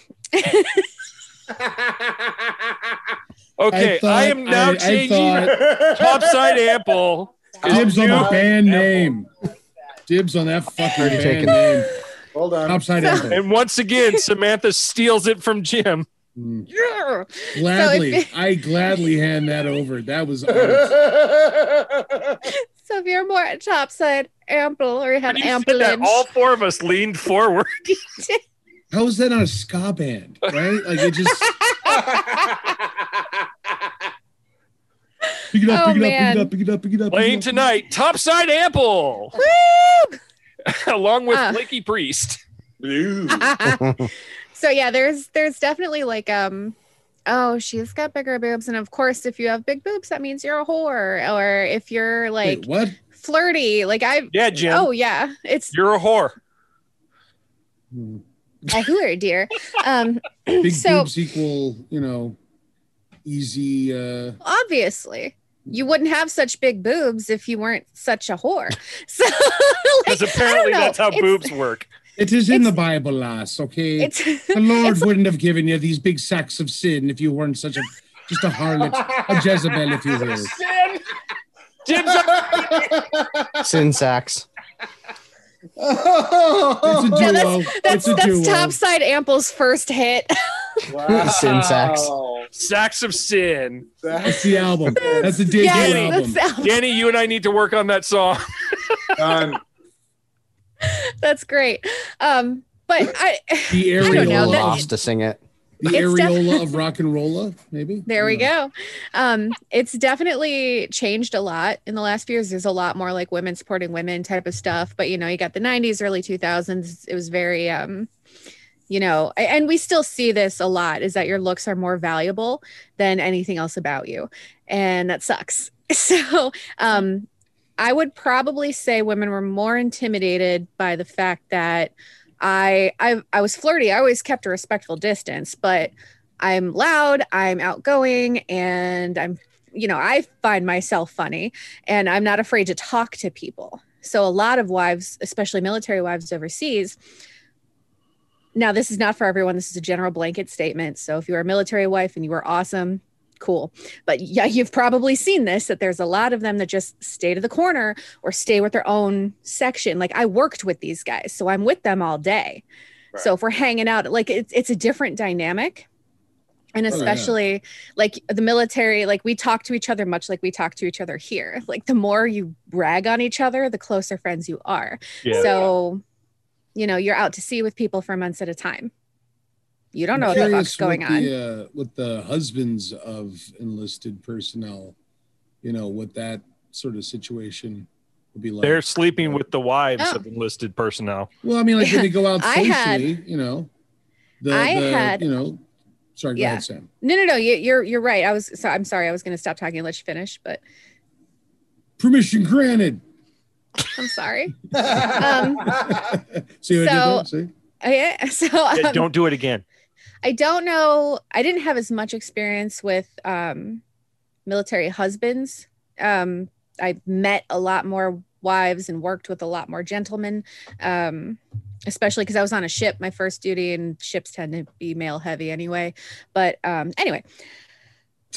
S14: Okay, I,
S16: thought-
S14: am now
S16: I- I
S14: changing
S16: thought-
S14: topside ample. is
S16: Dibs on the
S14: new-
S16: band name. Dibs on that fucking
S12: Already
S16: band
S12: taken.
S16: name.
S11: Hold on.
S16: Upside down.
S14: And once again, Samantha steals it from Jim.
S15: yeah.
S16: Mm. Gladly,
S15: So if,
S16: I gladly hand that over. That was
S15: so if you're more topside ample or you have
S14: When you said
S15: ample
S14: that,
S15: limbs,
S14: all four of us leaned forward.
S16: how is that on a ska band, right? Like it just. pick it up,
S15: Oh,
S16: pick it
S15: man.
S16: up, pick it up, pick it up, pick it up.
S14: Playing
S16: pick it up.
S14: tonight, Topside Ample,
S15: Woo!
S14: along with
S15: Uh.
S14: Blakey Priest.
S15: so yeah there's there's definitely like um oh she's got bigger boobs and of course if you have big boobs that means you're a whore or if you're like
S16: Wait, what?
S15: flirty like i
S14: Yeah, Jim,
S15: oh yeah it's
S14: you're a whore.
S15: a whore dear um
S16: Big
S15: so
S16: boobs equal, you know, easy. uh
S15: obviously you wouldn't have such big boobs if you weren't such a whore so like,
S14: Because apparently
S15: know.
S14: that's how
S15: It's-
S14: boobs work.
S16: It is in the Bible, lass. Okay,
S15: it's
S16: the Lord wouldn't have given you these big sacks of sin if you weren't such a just a harlot, a Jezebel, if you will.
S14: Jim's
S12: Sin sacks.
S16: It's a
S15: yeah,
S16: duo.
S15: that's
S16: it's
S15: that's,
S16: a duo.
S15: that's topside ample's first hit
S12: Sin sacks.
S14: Sacks of Sin.
S16: That's the album. That's the debut
S15: Yes,
S16: album.
S15: that's,
S14: Danny, you and I need to work on that song.
S11: Done.
S15: that's great um but i
S16: The
S15: I don't know,
S16: areola,
S15: that-
S12: Lost to sing it.
S16: the
S15: it's def-
S16: areola of rock and rolla, maybe.
S15: There we go. Um, it's definitely changed a lot in the last few years. There's a lot more like women supporting women type of stuff. But you know, you got the 90s, early 2000s. It was very, um, you know, a- and we still see this a lot is that your looks are more valuable than anything else about you, and that sucks. So, um, I would probably say women were more intimidated by the fact that I I I was flirty. I always kept a respectful distance, but I'm loud, I'm outgoing, and I'm, you know, I find myself funny and I'm not afraid to talk to people. So a lot of wives, especially military wives overseas, now this is not for everyone. This is a general blanket statement. So if you are a military wife and you are awesome, cool. But yeah, you've probably seen this that there's a lot of them that just stay to the corner or stay with their own section. Like I worked with these guys, so I'm with them all day.
S17: Right.
S15: So if we're hanging out, like it's it's a different dynamic. And
S17: Oh, yeah.
S15: especially like the military, like we talk to each other much like we talk to each other here. Like the more you brag on each other, the closer friends you are.
S14: Yeah.
S15: So, you know, you're out to sea with people for months at a time. You don't know
S16: I'm
S15: what the
S16: curious
S15: fuck's going
S16: what
S15: on.
S16: The, uh, with the husbands of enlisted personnel, you know, what that sort of situation would be like.
S14: They're sleeping with the wives of
S15: Oh.
S14: enlisted personnel.
S16: well, I mean, like when they go out
S15: I had-
S16: socially, you know, the,
S15: I
S16: the
S15: had-
S16: you know, sorry, go
S15: Yeah.
S16: ahead, Sam.
S15: No, no, no. You, you're you're right. I was so I'm sorry. I was going to stop talking and let you finish, but
S16: Permission granted.
S15: I'm sorry. um,
S16: See what I did
S15: So-
S16: there? See?
S15: I, so
S14: Yeah,
S15: um,
S14: don't do it again.
S15: I don't know. I didn't have as much experience with um, military husbands. Um, I met a lot more wives and worked with a lot more gentlemen, um, especially because I was on a ship, my first duty, and ships tend to be male heavy anyway. But um, anyway,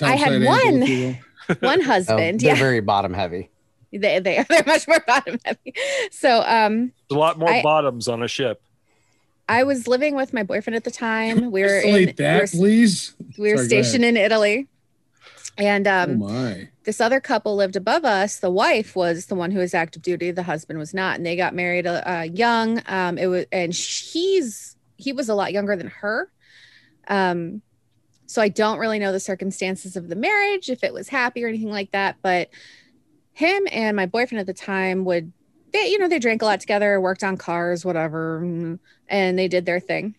S15: I had
S12: Townsite angle, if
S15: one
S12: you
S16: Oh.
S15: one husband.
S12: Oh, they're
S15: yeah,
S12: very bottom heavy.
S15: they they are they're much more bottom heavy. So um,
S14: There's a lot more
S15: I-
S14: bottoms on a ship.
S15: I was living with my boyfriend at the time. We were in
S16: Isolate
S15: we were
S16: that, please.
S15: we
S16: Sorry, go
S15: were
S16: ahead.
S15: stationed in Italy. And um,
S16: oh my.
S15: this other couple lived above us. The wife was the one who was active duty. The husband was not, and they got married uh, uh, young. Um, it was, and he's he was a lot younger than her. Um, so I don't really know the circumstances of the marriage, if it was happy or anything like that. But him and my boyfriend at the time would they, you know, they drank a lot together, worked on cars, whatever, mm, and they did their thing.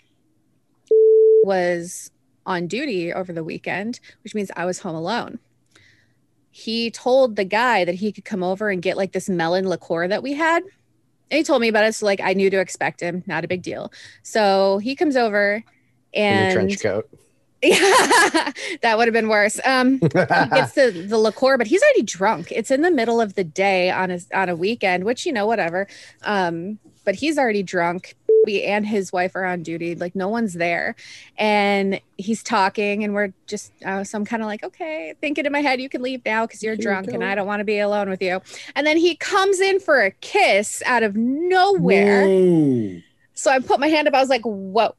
S15: Was on duty over the weekend, which means I was home alone he told the guy that he could come over and get like this melon liqueur that we had. And he told me about it. So, like, I knew to expect him, not a big deal. So he comes over
S12: in your
S15: and
S12: trench coat.
S15: yeah, that would have been worse. Um, he gets the, the liqueur, but he's already drunk. It's in the middle of the day on a on a weekend, which you know, whatever. Um, but he's already drunk. We and his wife are on duty. Like no one's there, and he's talking, and we're just uh, so I'm kind of like, okay, thinking in my head, you can leave now because you're
S17: Can you
S15: drunk, and
S17: go?
S15: I don't want to be alone with you. And then he comes in for a kiss out of nowhere.
S16: Whoa.
S15: So I put my hand up. I was like, "Whoa!"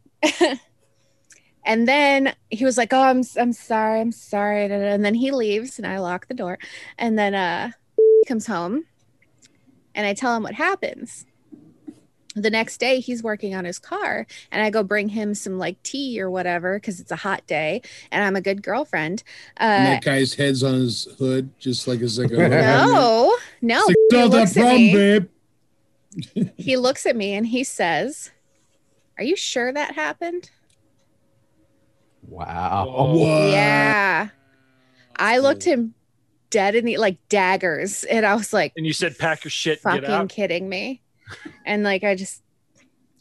S15: and then he was like, "Oh, I'm I'm sorry, I'm sorry." da, da, da. And then he leaves, and I lock the door. And then uh, comes home, and I tell him what happens. The next day, he's working on his car, and I go bring him some like tea or whatever because it's a hot day, and I'm a good girlfriend.
S16: and
S15: Uh,
S16: that guy's head's on his hood, just like it's like a
S15: no, no.
S16: It's
S15: He
S16: like, "Solve that
S15: looks at
S16: problem,
S15: me-
S16: babe.
S15: he looks at me and he says, "Are you sure that happened?"
S12: Wow.
S16: Uh,
S15: Yeah. I looked him dead in the like daggers and I was like
S14: And you said, pack your shit and get
S15: fucking
S14: out.
S15: kidding me. And like I just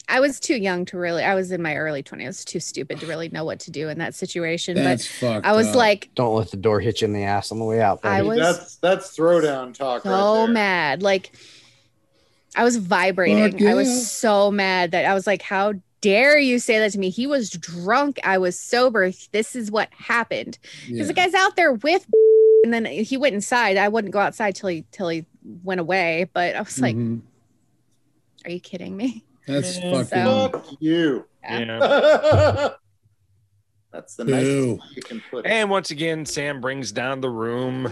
S15: I was too young to really I was in my early 20s, I was too stupid to really know what to do in that situation,
S12: That's
S15: but I was like
S12: don't let the door hit you in the ass on the way out.
S15: I
S12: buddy.
S15: was- That's-
S11: that's throwdown talk.
S15: so mad. Like I was vibrating.
S11: Fuck
S15: I
S11: yeah.
S15: was so mad that I was like, how dare you say that to me? He was drunk. I was sober. This is what happened. Because the
S17: Yeah.
S15: guy's out there with and then he went inside. I wouldn't go outside till he till he went away. But I was like,
S12: Mm-hmm.
S16: Mhm.
S15: Are you kidding me?
S16: That's
S15: So-
S16: fucking.
S11: Fuck you. that's the nicest
S14: Boo.
S11: way you can put it.
S14: And once again, Sam brings down the room.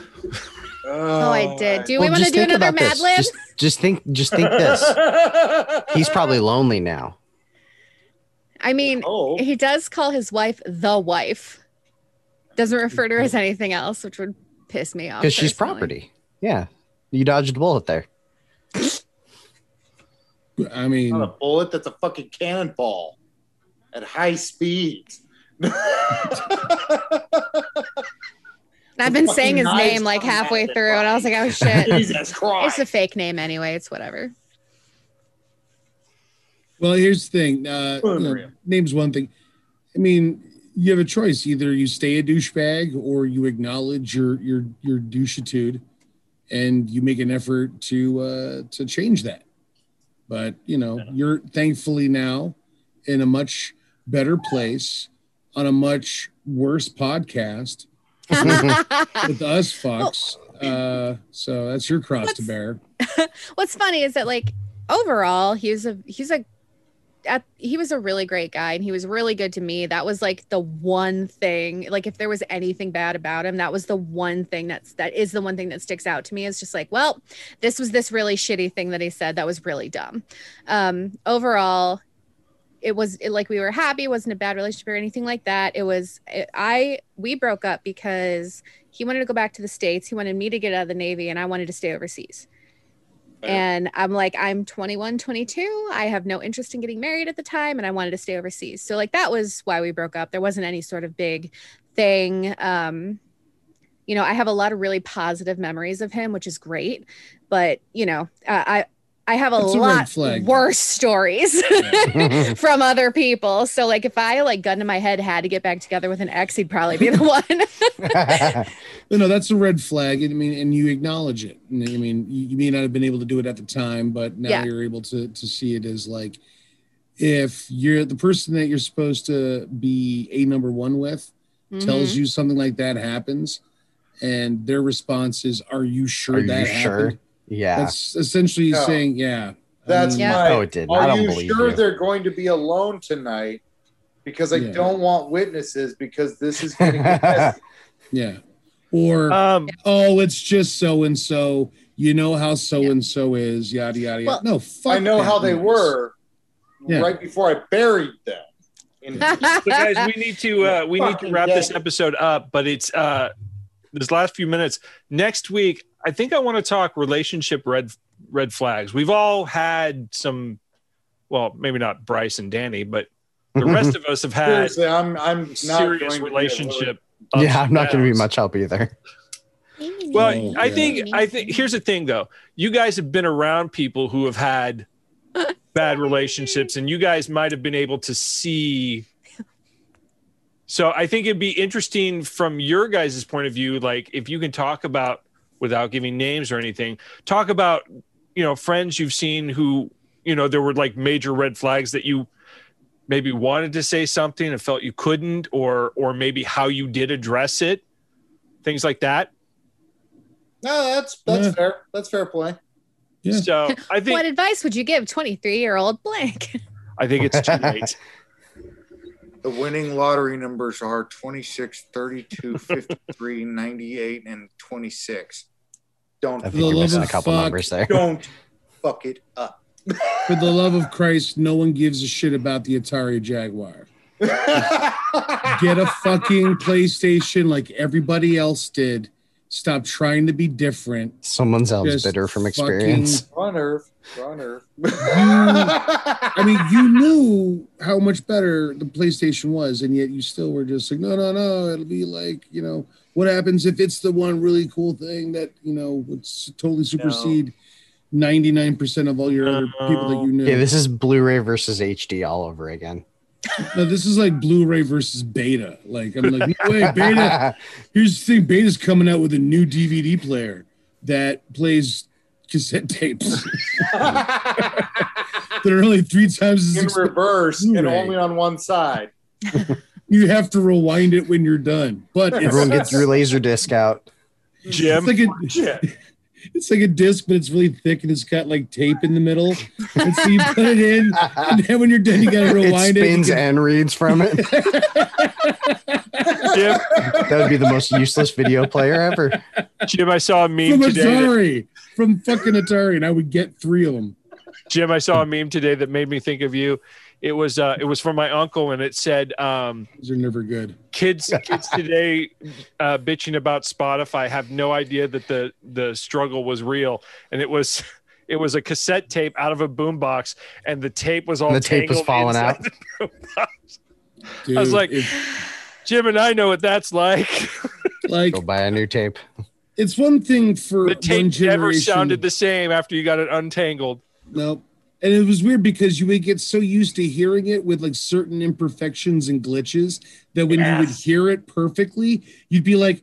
S15: Oh, I did. Do we
S12: Well,
S15: want to
S12: just
S15: do
S12: think
S15: another
S12: about
S15: Mad
S12: this.
S15: Lib?
S12: Just, just think, just think this. He's probably lonely now.
S15: I mean,
S11: Oh,
S15: he does call his wife the wife. Doesn't refer to her as anything else, which would piss me off.
S12: because she's
S15: Oh, personally.
S12: property. Yeah, you dodged a bullet there.
S16: I mean,
S11: not a bullet. That's a fucking cannonball at high speeds.
S15: And I've been
S11: Fucking
S15: saying his
S11: knives
S15: name like
S11: coming out
S15: halfway
S11: of it,
S15: through, and I was like, oh shit.
S11: Jesus Christ.
S15: It's a fake name anyway. It's whatever.
S16: Well, here's the thing. Uh, you know,
S11: Unreal.
S16: name's one thing. I mean, you have a choice. Either you stay a douchebag or you acknowledge your your your douchitude, and you make an effort to uh, to change that. But you know, you're thankfully now in a much better place on a much worse podcast with, with us fucks. uh, so that's your cross to bear.
S15: What's funny is that like overall, he was a he's a at, he was a really great guy and he was really good to me. That was like the one thing. Like if there was anything bad about him, that was the one thing that's that is the one thing that sticks out to me. Is just like, well, this was this really shitty thing that he said that was really dumb. Um, overall, it was it, like we were happy. It wasn't a bad relationship or anything like that. It was it, I we broke up because he wanted to go back to the states. He wanted me to get out of the navy and I wanted to stay overseas. And I'm like, I'm 21, 22. I have no interest in getting married at the time, and I wanted to stay overseas. So, like, that was why we broke up. There wasn't any sort of big thing. Um, you know, I have a lot of really positive memories of him, which is great. But you know, uh, I I have a
S16: That's a red
S15: lot
S16: flag.
S15: worse stories from other people. So, like, if I like gun to my head had to get back together with an ex, he'd probably be the one.
S16: You know, that's a red flag. and I mean, and you acknowledge it. And, I mean, you, you may not have been able to do it at the time, but now
S15: Yeah.
S16: you're able to to see it as like if you're the person that you're supposed to be a number one with tells
S15: Mhm.
S16: you something like that happens, and their response is, "Are you sure
S12: Are you
S16: that
S12: sure?
S16: happened?"
S12: Yeah.
S16: That's essentially
S11: No.
S16: saying, "Yeah,
S11: That's
S16: um,
S11: my.
S12: No, it didn't.
S11: Are
S12: I don't
S11: you
S12: believe
S11: sure
S12: you.
S11: they're going to be alone tonight? Because I
S16: Yeah.
S11: don't want witnesses. Because this is going to get messy.
S16: Yeah. Or
S14: Um,
S16: oh, it's just so and so. You know how so and so is. Yada yada yada.
S11: Well,
S16: no, fuck
S11: I know
S16: that
S11: how they
S16: noise.
S11: were
S16: Yeah.
S11: right before I buried them. In-
S14: so guys, we need to uh, we need to
S11: Fucking
S14: wrap this
S11: dead.
S14: episode up, but it's uh, this last few minutes. Next week, I think I want to talk relationship red red flags. We've all had some, well, maybe not Bryce and Danny, but the rest of us have had
S11: Seriously, I'm I'm Mm-hmm. not going to
S14: serious
S11: be a
S14: relationship. ups
S12: Yeah, I'm
S14: and
S12: not going to be
S14: downs.
S12: much help either.
S14: Well,
S12: Oh,
S14: I
S12: yeah.
S14: think I think here's the thing though. You guys have been around people who have had bad relationships and you guys might have been able to see so I think it'd be interesting from your guys' point of view, like if you can talk about without giving names or anything, talk about, you know, friends you've seen who, you know, there were like major red flags that you maybe wanted to say something and felt you couldn't, or or maybe how you did address it, things like that.
S11: No, that's that's fair. That's fair play.
S14: So I think
S15: what advice would you give 23 year old blank?
S14: I think it's too late.
S11: The winning lottery numbers are 26, 32, 53, 98, and 26. Don't
S12: I think you're missing a couple numbers there.
S11: Don't fuck it up.
S16: For the love of Christ, no one gives a shit about the Atari Jaguar. Get a fucking PlayStation like everybody else did. Stop trying to be different.
S12: Someone sounds
S16: Just
S12: bitter from
S16: fucking-
S12: experience.
S11: Run Earth. Run Earth.
S16: I mean, you knew how much better the PlayStation was, and yet you still were just like, no, no, no. It'll be like, you know, what happens if it's the one really cool thing that you know would s- totally supersede ninety nine percent of all your other people that you knew?
S12: Yeah, this is Blu-ray versus HD all over again.
S16: No, this is like Blu-ray versus Beta. Like I'm like, no way, Beta. Here's the thing: Beta's coming out with a new DVD player that plays cassette tapes. They're only three times as
S11: In
S16: expensive.
S11: reverse and
S16: Blu-ray.
S11: only on one side.
S16: You have to rewind it when you're done, but it's,
S12: Everyone gets your laser disc out.
S14: Jim.
S16: It's like a, it's like a disc, but it's really thick and it's got like tape in the middle. And so you put it in, and then when you're done, you gotta
S12: It
S16: rewind it.
S12: spins
S16: You can-
S12: and reads from it.
S14: Jim,
S12: That would be the most useless video player ever.
S14: Jim, I saw a
S16: from
S14: meme today. that-
S16: Atari, from fucking Atari, and I would get three of them.
S14: Jim, I saw a meme today that made me think of you. It was uh, it was from my uncle, and it said, um,
S16: These are never good.
S14: "Kids, kids today uh, bitching about Spotify have no idea that the the struggle was real." And it was it was a cassette tape out of a boombox, and the tape was all
S12: The tape was
S14: tangled
S12: falling
S14: inside
S12: out.
S14: the boombox. I was like, Jim and I know what that's like.
S16: like
S12: Go buy a new tape.
S16: it's one thing for
S14: The
S16: one
S14: tape
S16: generation.
S14: never sounded the same after you got it untangled.
S16: Nope. And it was weird because you would get so used to hearing it with like certain imperfections and glitches that when you would
S11: Yes.
S16: hear it perfectly, you'd be like,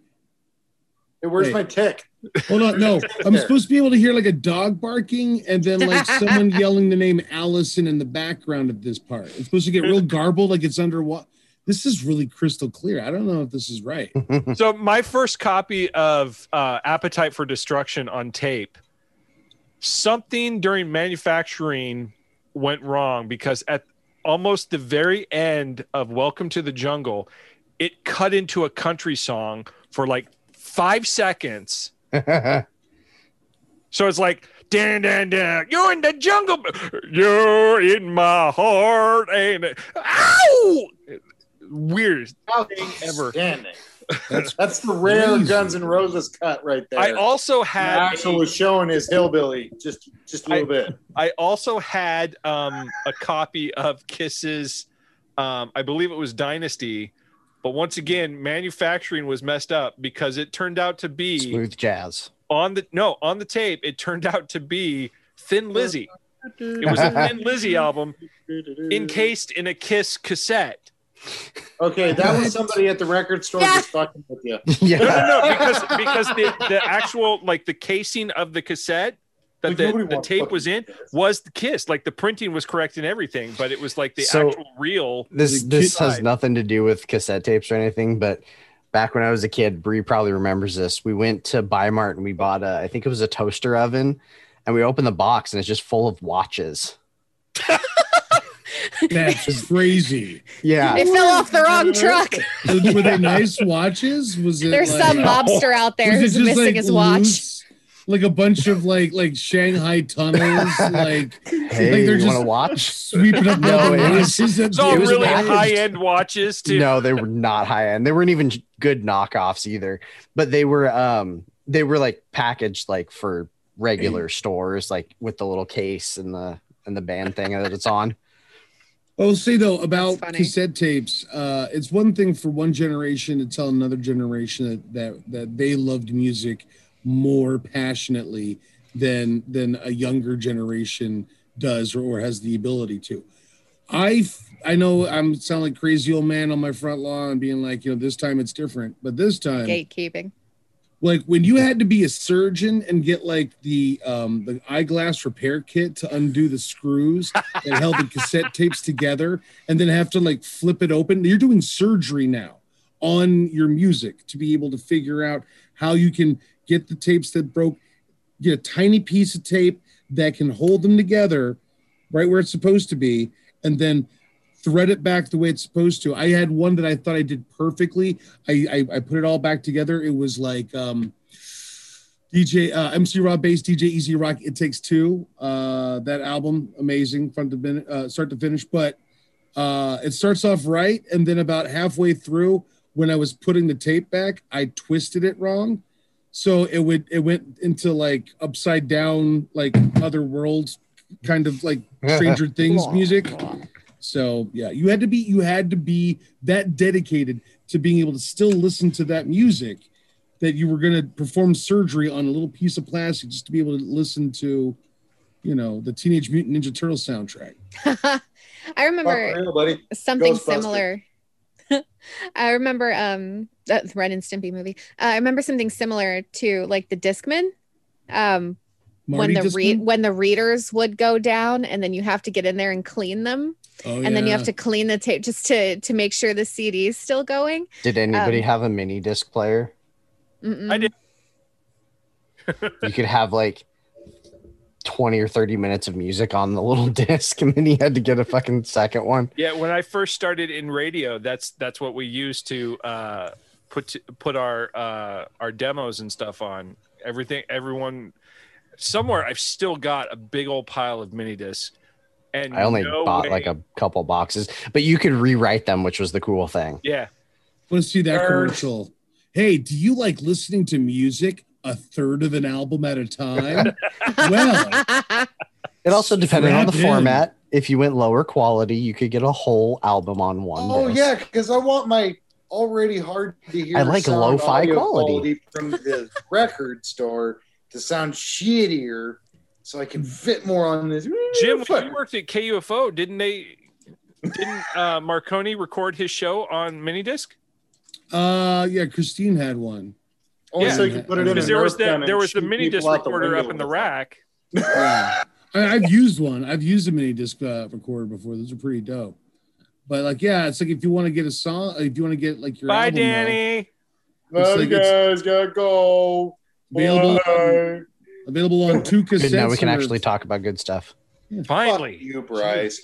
S11: Hey, where's
S16: Wait.
S11: my tick?
S16: Hold on, no. I'm supposed to be able to hear like a dog barking and then like someone yelling the name Allison in the background of this part. It's supposed to get real garbled, like it's underwater. This is really crystal clear. I don't know if this is right.
S14: so my first copy of uh, appetite for destruction on tape something during manufacturing went wrong because at almost the very end of welcome to the jungle it cut into a country song for like five seconds so it's like dan dan dan you're in the jungle you're in my heart ain't it ow weird thing ever
S11: That's, that's the rare
S14: crazy.
S11: Guns N' Roses cut right there.
S14: I also had
S11: When Axel was showing his hillbilly just just a little bit.
S14: I also had um, a copy of Kisses. Um, I believe it was Dynasty, but once again, manufacturing was messed up because it turned out to be
S12: Smooth jazz.
S14: on the no on the tape. It turned out to be Thin Lizzy. It was a Thin Lizzy album encased in a Kiss cassette.
S11: Okay, that was somebody at the record store just fucking with you.
S12: Yeah.
S14: No, no, no, because because the, the actual like the casing of the cassette that
S11: Like,
S14: the,
S11: nobody
S14: the
S11: wants
S14: tape was in was the kiss. Like the printing was correct and everything, but it was like the
S12: So,
S14: actual real.
S12: This this has
S14: side.
S12: nothing to do with cassette tapes or anything, but back when I was a kid, Bree probably remembers this. We went to Bimart and we bought a I think it was a toaster oven, and we opened the box and it's just full of watches.
S16: That's crazy.
S12: Yeah.
S15: It fell off the wrong truck.
S16: Were were they nice watches? Was it
S15: There's
S16: like-
S15: some mobster out there
S16: Was it
S15: who's
S16: just,
S15: missing
S16: like,
S15: his watch.
S16: loose? Like a bunch of like like Shanghai tunnels, like
S12: Hey,
S16: they're
S12: you want to
S16: just
S12: watch?
S16: sweeping up
S12: No,
S16: the
S12: it was-
S16: watches.
S14: It's all
S12: It was
S14: really
S12: packaged.
S14: high end watches too.
S12: No, they were not high end. They weren't even good knockoffs either. But they were um they were like packaged like for regular stores, like with the little case and the and the band thing that it's on.
S16: Oh, see though about cassette tapes, uh, it's one thing for one generation to tell another generation that that, that they loved music more passionately than than a younger generation does or, or has the ability to. I f- I know I'm sound like crazy old man on my front lawn being like, you know, this time it's different, but this time
S15: Gatekeeping.
S16: like when you had to be a surgeon and get like the um the eyeglass repair kit to undo the screws that held the cassette tapes together and then have to like flip it open you're doing surgery now on your music to be able to figure out how you can get the tapes that broke get a tiny piece of tape that can hold them together right where it's supposed to be and then thread it back the way it's supposed to. I had one that I thought I did perfectly. I I, I put it all back together. It was like um, DJ uh, MC Rob bass DJ Easy Rock. It takes two. Uh, that album amazing from the bin- uh, start to finish. But uh, it starts off right, and then about halfway through, when I was putting the tape back, I twisted it wrong. So it would it went into like upside down, like other worlds, kind of like Stranger Things music. So yeah, you had to be you had to be that dedicated to being able to still listen to that music that you were going to perform surgery on a little piece of plastic just to be able to listen to, you know, the Teenage Mutant Ninja Turtle soundtrack.
S15: I remember
S11: Fuck real, buddy.
S15: something
S11: Ghostbusters.
S15: similar. I remember um that Ren and Stimpy movie. Uh, I remember something similar to like the Discman. Um
S17: Marty
S15: when the re-
S17: Discman?
S15: when the readers would go down and then you have to get in there and clean them.
S12: Oh,
S15: and then you
S12: yeah.
S15: have to clean the tape just to to make sure the CD is still going.
S12: Did anybody
S15: Um,
S12: have a mini disc player?
S15: I did.
S12: You could have like 20 or 30 minutes of music on the little disc, and then you had to get a fucking second one.
S14: Yeah, when I first started in radio, that's that's what we used to uh, put to, put our uh, our demos and stuff on. Everything, everyone, somewhere I've still got a big old pile of mini discs. And
S12: I only
S14: no
S12: bought
S14: way-
S12: like a couple boxes, but you could rewrite them, which was the cool thing.
S14: yeah.
S16: Want to see that
S14: Nerd.
S16: commercial? Hey, do you like listening to music a third of an album at a time? well,
S12: It also depended on the
S16: Strap in.
S12: format. If you went lower quality, you could get a whole album on one.
S11: Oh
S12: disc.
S11: yeah, because I want my already hard to hear.
S12: I like
S11: sound
S12: lo-fi
S11: audio
S12: quality.
S11: from the record store to sound shittier so I can fit more on this.
S14: Jim, when you worked at KUFO, didn't they? Didn't uh, Marconi record his show on minidisc?
S16: Uh, yeah, Christine had one.
S14: yeah,
S16: so you could put it in a
S14: because there was
S16: Nerf
S14: the
S16: gun
S14: there
S16: and
S14: was the
S16: shoot
S14: mini disc
S16: people out the
S14: recorder up
S16: window
S14: in the
S16: with
S14: rack.
S16: Yeah. I, I've used one. I've used a mini disc uh, recorder before. Those are pretty dope. But like, yeah, it's like if you want to get a song, if you want to get like your
S14: Bye,
S16: album out,
S14: Danny.
S16: Looks
S11: Love
S16: like
S11: you guys. Gotta go.
S16: available
S11: Bye.
S16: on, available on two cassettes.
S12: now we can
S16: or-
S12: actually talk about good stuff.
S14: Finally,
S11: you, Bryce.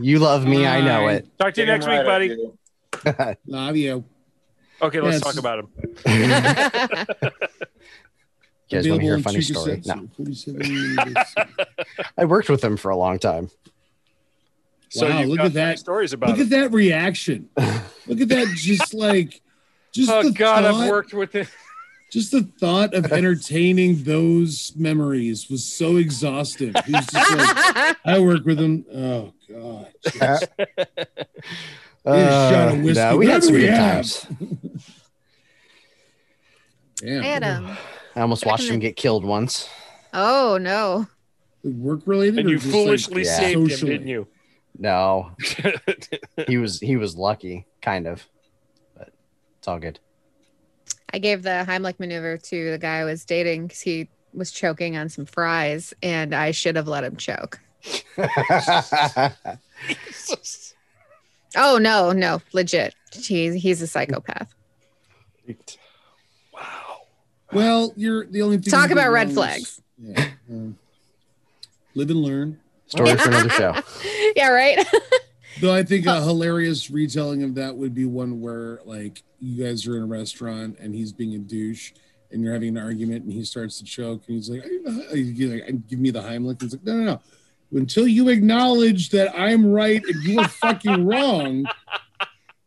S12: You love me, I know it.
S14: Talk to you
S11: Damn
S14: next
S11: right
S14: week,
S11: I
S14: buddy.
S11: do.
S16: Love you.
S14: Okay, let's
S16: Yeah,
S14: talk
S16: it's-
S14: about him.
S12: You guys want to hear a
S16: Available
S12: funny
S16: on two
S12: story?
S16: cassettes
S12: No,
S16: or 47 mini discs.
S12: I worked with him for a long time.
S14: So
S16: wow,
S14: you've
S16: look
S14: got
S16: at
S14: funny
S16: that.
S14: stories about
S16: Look
S14: him.
S16: at that reaction. Look at that. Just like, just
S14: oh
S16: the
S14: God, I've
S16: thought-
S14: worked with him.
S16: Just the thought of entertaining those memories was so exhaustive. He was just like, I work with him. Oh God. Just- shot of whiskey.
S12: Uh, no, we had
S16: What do
S12: some
S16: we
S12: good
S16: have?
S12: times.
S16: Damn.
S15: Adam.
S12: I almost
S15: Back
S12: watched
S15: in
S12: him get killed once.
S15: um, Oh no.
S16: Work related.
S14: And you foolishly
S12: Yeah.
S14: saved
S16: socially?
S14: him, didn't you?
S12: No, he was he was lucky, kind of, but it's all good.
S15: I gave the Heimlich maneuver to the guy I was dating because he was choking on some fries, and I should have let him choke. Oh no, no, legit. He's he's a psychopath.
S16: Well, you're the only thing.
S15: Talk
S16: you did
S15: about
S16: wrong
S15: red
S16: is-
S15: flags.
S16: Yeah, um, live and learn.
S12: Story for another show.
S15: yeah, right.
S16: Though I think a hilarious retelling of that would be one where like you guys are in a restaurant and he's being a douche and you're having an argument and he starts to choke and he's like, "I- I- you're like, give me the Heimlich. And he's like, no, no, no. Until you acknowledge that I'm right and you are fucking wrong.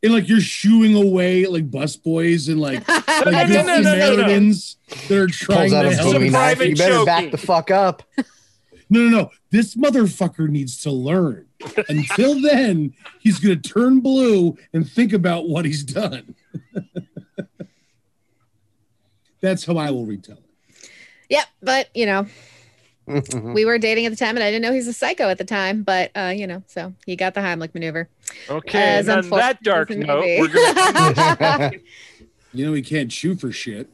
S16: And like you're shooing away like busboys and like, like
S14: no, no,
S16: good
S14: no, no, no.
S16: Samaritans that are trying
S12: Pulls out
S16: to
S12: a
S16: help.
S12: Bowie knife. You better back the fuck up.
S16: No, no, no. This motherfucker needs to learn. Until then, he's going to turn blue and think about what he's done. That's how I will retell it.
S15: Yep, but you know, we were dating at the time, and I didn't know he was a psycho at the time. But uh, you know, so he got the Heimlich maneuver.
S14: Okay,
S15: As
S14: and on
S15: unfortunate
S14: that dark
S15: as it may
S14: note,
S15: be.
S14: we're gonna
S16: You know, he can't shoot for shit.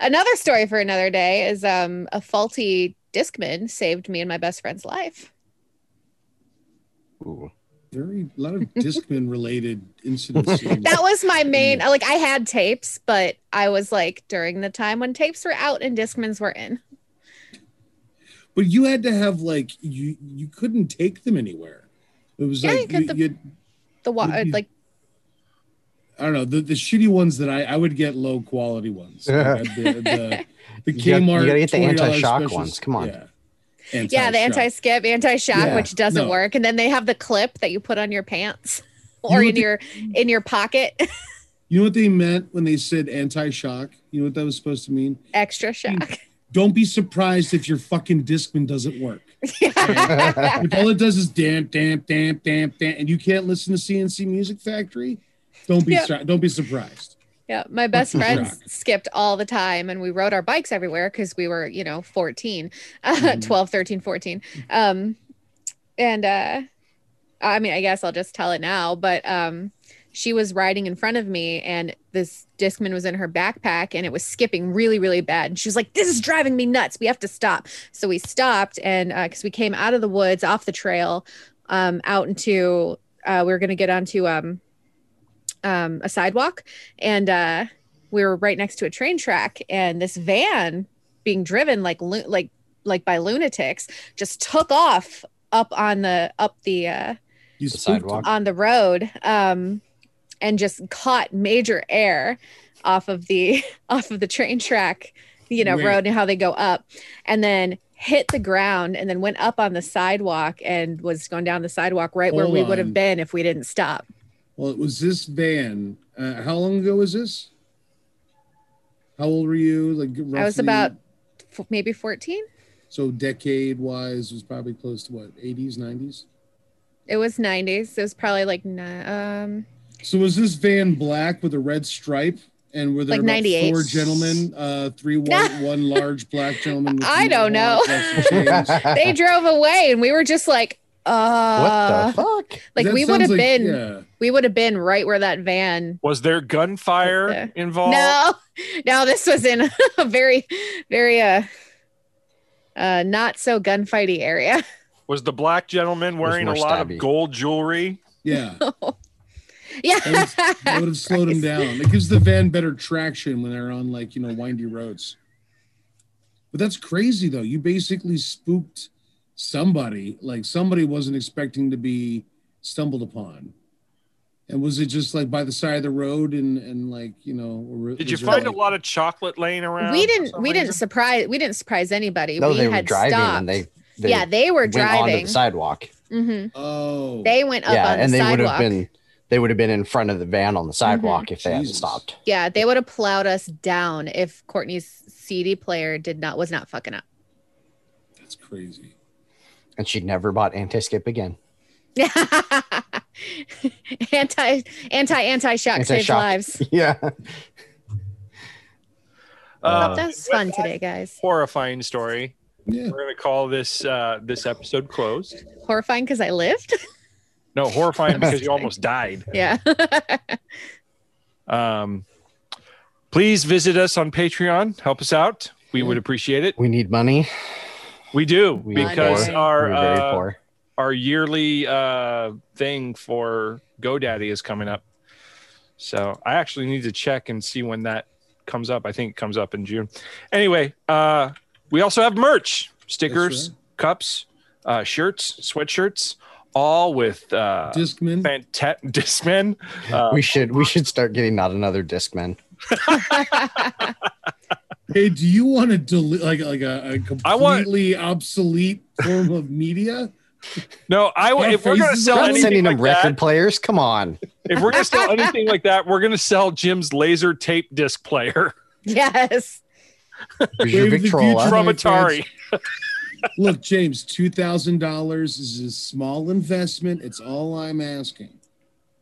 S15: Another story for another day is um, a faulty discman saved me and my best friend's life.
S12: Ooh.
S16: Very a lot of Discman related incidents.
S15: That was my main.
S16: Mm.
S15: Like I had tapes, but I was like during the time when tapes were out and discmans were in.
S16: but you had to have like you you couldn't take them anywhere. It was
S15: Yeah, you
S16: like you,
S15: could the-
S16: you'd-
S15: The wa-
S16: Mhm.
S15: like
S16: I don't know the, the shitty ones that I I would get low quality ones. Like, the, the, the
S12: You got-
S16: Kmart.
S12: you gotta get the
S16: $20
S12: anti-shock
S16: specials.
S12: ones. Come on.
S16: Yeah.
S15: yeah,
S16: Anti-shock.
S15: the anti-skip, anti-shock,
S16: Yeah,
S15: which doesn't
S16: no.
S15: work, and then they have the clip that you put on your pants or
S16: You
S15: in
S16: would-
S15: your in your pocket,
S16: You know what they meant when they said anti-shock? You know what that was supposed to mean?
S15: extra
S16: Mm.
S15: shock.
S16: Don't be surprised if your fucking discman doesn't work. Okay? if all it does is damp, damp, damp, damp, damp, and you can't listen to CNC Music Factory, don't be
S15: Yeah.
S16: sur- don't be surprised.
S15: Yeah, my best
S16: Extra
S15: friends
S16: shock.
S15: skipped all the time, and we rode our bikes everywhere because we were, you know, 14, uh, 12, 13, 14. Um, and uh, I mean, I guess I'll just tell it now, but um, she was riding in front of me, and this discman was in her backpack, and it was skipping really, really bad. And she was like, "This is driving me nuts. We have to stop." So we stopped, and because we came out of the woods, off the trail, um, out into, uh, we were going to get onto um, um, a sidewalk, and uh, we were right next to a train track, and this van being driven like lu- like like by lunatics just took off up on the up the uh,
S16: You
S12: The sidewalk.
S15: on the road um, and just caught major air off of the off of the train track you know
S17: Wait.
S15: road and how they go up and then hit the ground and then went up on the sidewalk and was going down the sidewalk right where
S16: Hold
S15: we would
S16: on.
S15: have been if we didn't stop
S16: Well, it was this van. Uh, how long ago was this? How old were you? Like roughly,
S15: i was about f- maybe 14
S16: so decade wise was probably close to what eighties, nineties.
S15: it was 90s it was probably like ni- um
S16: So was this van black with a red stripe? and were there
S15: Like
S16: about
S15: 98.
S16: four gentlemen, uh, three white, one large black gentleman? with
S15: I don't know. they drove away and we were just like, uh,
S12: fuck?
S15: Like
S14: That
S15: we would
S14: sounds
S15: have
S14: like-
S15: been,
S14: yeah.
S15: we would have been right where that van.
S14: Was there gunfire
S12: Oh.
S14: involved?
S15: No, no, this was in a very, very, uh, uh, not so gunfighty area.
S14: Was the black gentleman wearing a
S16: more
S14: lot
S16: stabby.
S14: of gold jewelry?
S16: Yeah.
S15: Yeah.
S16: That would have slowed them down. It gives the van better traction when they're on like, you know, windy roads. But that's crazy though. You basically spooked somebody. Like somebody wasn't expecting to be stumbled upon. And was it just like by the side of the road and and like, you know, or
S14: Did you
S16: was there,
S14: find a
S16: like-
S14: lot of chocolate laying around?
S15: we didn't, we didn't surprise, we didn't surprise anybody.
S12: No,
S15: we
S12: they were
S15: had
S12: driving
S15: stopped.
S12: and they, they
S15: yeah, they were
S12: went onto
S15: driving.
S12: the sidewalk.
S15: hmm
S16: Oh,
S15: they went up
S12: yeah,
S15: on
S12: and
S15: the
S12: they would
S15: sidewalk. Mhm.
S12: have been they would have been in front of the van on the sidewalk if they hadn't
S16: Jesus.
S12: stopped.
S15: Yeah, they would have plowed us down if Courtney's CD player did not was not fucking up.
S16: That's crazy.
S12: And she never bought anti skip again.
S15: anti anti anti shock saves
S12: Anti-shock.
S15: lives.
S12: Yeah.
S15: Well,
S14: Uh,
S15: that was fun today, guys.
S14: horrifying story.
S16: Yeah.
S14: We're gonna call this uh, this episode closed.
S15: Horrifying because I lived.
S14: No, horrifying because you almost died.
S15: yeah.
S14: Um, please visit us on Patreon. Help us out. We would appreciate it.
S12: We need money.
S14: We do
S12: We are
S14: because
S12: poor.
S14: our
S12: We're very
S14: uh,
S12: poor.
S14: our yearly uh, thing for GoDaddy is coming up. So I actually need to check and see when that comes up. I think it comes up in June. Anyway, uh, we also have merch, stickers, cups, uh, shirts, sweatshirts, all with uh,
S16: Discman.
S14: Fanta- Discman. Uh,
S12: we should we should start getting not another disc man.
S16: Hey, do you want to delete like like a, a
S14: I want-
S16: completely obsolete form of media?
S14: no, I w-
S16: Our
S14: if we're gonna
S16: faces
S14: sell
S16: are-
S12: Not
S14: anything
S12: sending
S14: like
S12: them record
S14: that,
S12: players. Come on.
S14: if we're gonna sell anything like that, we're gonna sell Jim's laser tape disc player
S15: yes.
S12: Here's your
S16: Wave the
S12: Victrola.
S16: future.
S14: from
S16: my
S14: Atari.
S16: Look, James, two thousand dollars is a small investment. It's all I'm asking.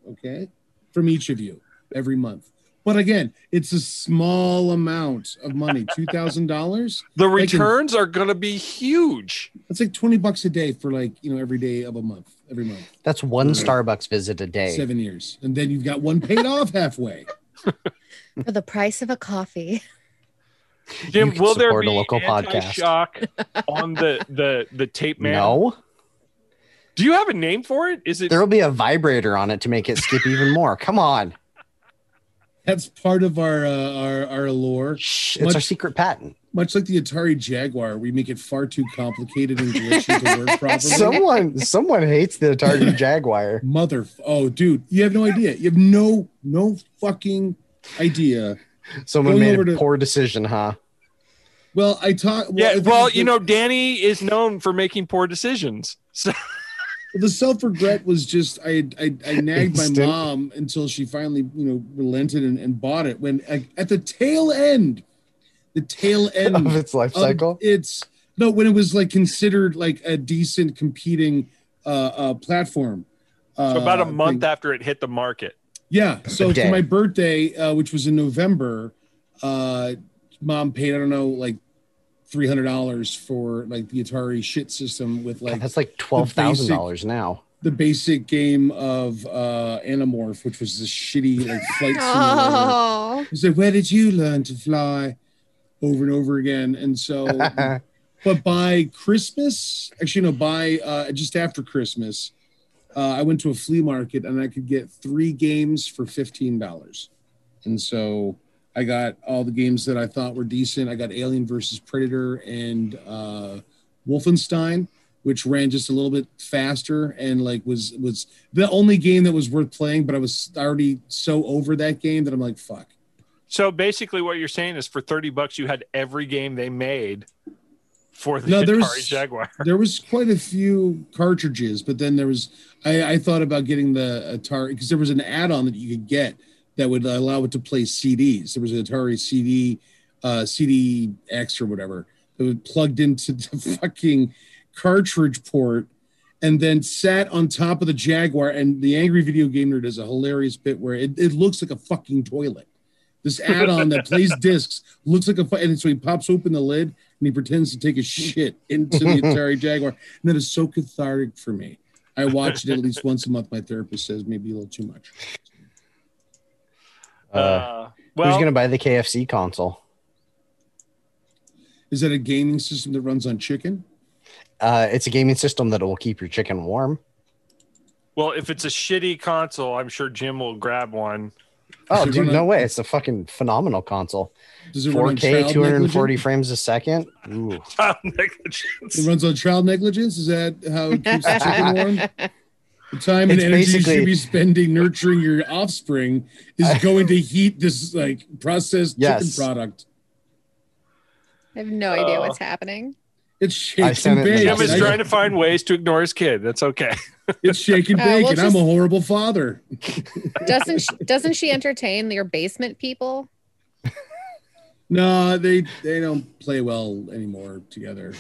S16: Okay, from each of you every month. But again, it's a small amount of money. Two thousand dollars.
S14: The returns are gonna be huge.
S16: That's like twenty bucks a day for like you know every day of a month, every month,
S12: That's one
S14: Mm.
S12: Starbucks visit a day.
S16: seven years, and then you've got one paid off halfway.
S15: For the price of a coffee.
S14: Jim,
S12: You can
S14: will there
S12: support
S14: be
S12: a local podcast.
S14: anti-shock on the the the tape man?
S12: No.
S14: Do you have a name for it? Is it
S12: There'll be a vibrator on it to make it skip even more. Come on.
S16: That's part of our uh, our our allure.
S12: It's our secret patent.
S16: Much like the Atari Jaguar, we make it far too complicated and glitchy to work properly.
S12: Someone someone hates the Atari Jaguar.
S16: Mother, oh, dude, you have no idea. You have no no fucking idea.
S12: Someone
S16: Going
S12: made
S16: over
S12: a
S16: to-
S12: poor decision, huh?
S16: Well, I taught.
S14: yeah, well, you know, Danny is known for making poor decisions. So
S16: the self regret was just I I, I nagged my
S12: Instant.
S16: mom until she finally you know relented and, and bought it. When like, at the tail end, the tail end
S12: Of its life
S16: of
S12: cycle.
S16: It's no when it was like considered like a decent competing uh, uh platform. Uh,
S14: about a
S16: thing.
S14: month after it hit the market.
S16: Yeah. So
S12: Okay.
S16: for my birthday, uh, which was in November, uh, mom paid I don't know like three hundred dollars for like the Atari shit system with like
S12: God, that's like twelve thousand dollars now.
S16: the basic game of uh, Animorph, which was this shitty like flight simulator.
S15: Oh.
S16: He said, "Where did you learn to fly?" Over and over again, and so. but by Christmas, actually, no, by uh, just after Christmas, uh, I went to a flea market and I could get three games for fifteen dollars, and so I got all the games that I thought were decent. I got Alien versus Predator and uh, Wolfenstein, which ran just a little bit faster and like was was the only game that was worth playing. But I was already so over that game that I'm like, fuck.
S14: So basically, what you're saying is, for thirty bucks, you had every game they made for the
S16: No, there's-
S14: Atari Jaguar.
S16: there was quite a few cartridges, but then there was I, I thought about getting the Atari because there was an add-on that you could get that would allow it to play CDs. There was an Atari CD, uh, CDX or whatever that was plugged into the fucking cartridge port, and then sat on top of the Jaguar. And the angry video game nerd does a hilarious bit where it, it looks like a fucking toilet. This add-on that plays discs looks like a fu- and so he pops open the lid and he pretends to take a shit into the Atari Jaguar. And that is so cathartic for me. I watch it at least once a month. My therapist says maybe a little too much.
S12: Uh, who's
S16: well-
S12: gonna buy the KFC console?
S16: Is that a gaming system that runs on chicken?
S12: Uh, it's a gaming system that will keep your chicken warm.
S14: Well, if it's a shitty console, I'm sure Jim will grab one.
S12: Oh, dude, no way! It's a fucking phenomenal console.
S14: Does it run on
S12: 4K,
S14: child
S12: 240
S14: negligence?
S12: frames a second. Ooh.
S16: It runs on child negligence. Is that how it keeps the chicken warm? The time and
S12: It's
S16: energy you should
S12: basically-
S16: be spending nurturing your offspring is going to heat this like processed
S12: Yes.
S16: chicken product.
S18: I have no idea
S14: Uh,
S18: what's happening.
S16: It's shakes
S14: Jim
S16: and bake.
S14: is trying to find ways to ignore his kid. That's okay.
S16: It's shake and
S18: Uh, we'll
S16: bake, and I'm
S18: just-
S16: a horrible father.
S18: Doesn't she, doesn't she entertain your basement people?
S16: No, they they don't play well anymore together.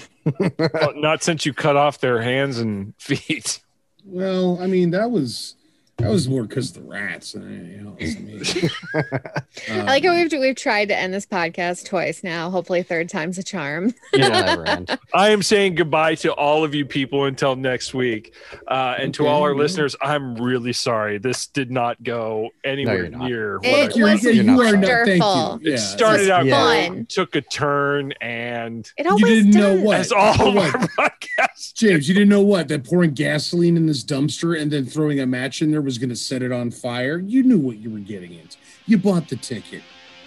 S14: Well, not since you cut off their hands and feet.
S16: Well, I mean that was that was more because the rats uh, than anything else. I mean,
S18: I like
S16: Um,
S18: how we've we've tried to end this podcast twice now. Hopefully, third time's a charm.
S14: I am saying goodbye to all of you people until next week. Uh, and to all our
S16: Okay.
S14: listeners, I'm really sorry. This did not go anywhere near. what
S18: It
S14: I-
S18: was
S16: You are not- thank you.
S18: wonderful.
S14: It
S16: Yeah.
S14: started
S16: It
S14: out
S16: was
S14: fun.
S18: fun.
S14: took a turn, and
S18: It always didn't
S16: know does. what?
S14: As all of
S16: What?
S14: our podcasts,
S16: James, you didn't know what that pouring gasoline in this dumpster and then throwing a match in there was going to set it on fire. You knew what you were getting into. You bought the ticket.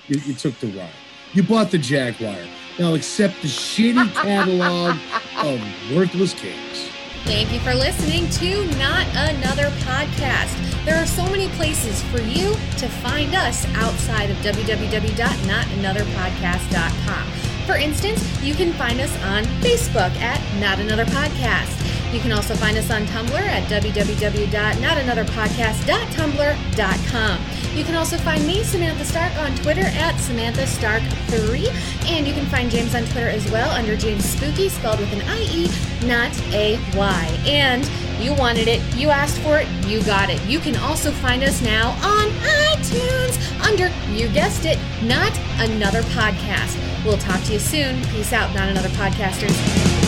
S16: You, you took the ride. You bought the Jaguar. Now accept the shitty catalog of worthless games.
S15: Thank you for listening to Not Another Podcast. There are so many places for you to find us outside of www.notanotherpodcast.com. For instance, you can find us on Facebook at Not Another Podcast. You can also find us on Tumblr at www.notanotherpodcast.tumblr.com. You can also find me, Samantha Stark, on Twitter at Samantha Stark3. And you can find James on Twitter as well under James Spooky, spelled with an E, I-E, not a Y. And you wanted it, you asked for it, you got it. You can also find us now on iTunes under, you guessed it, Not Another Podcast. We'll talk to you soon. Peace out, Not Another Podcasters.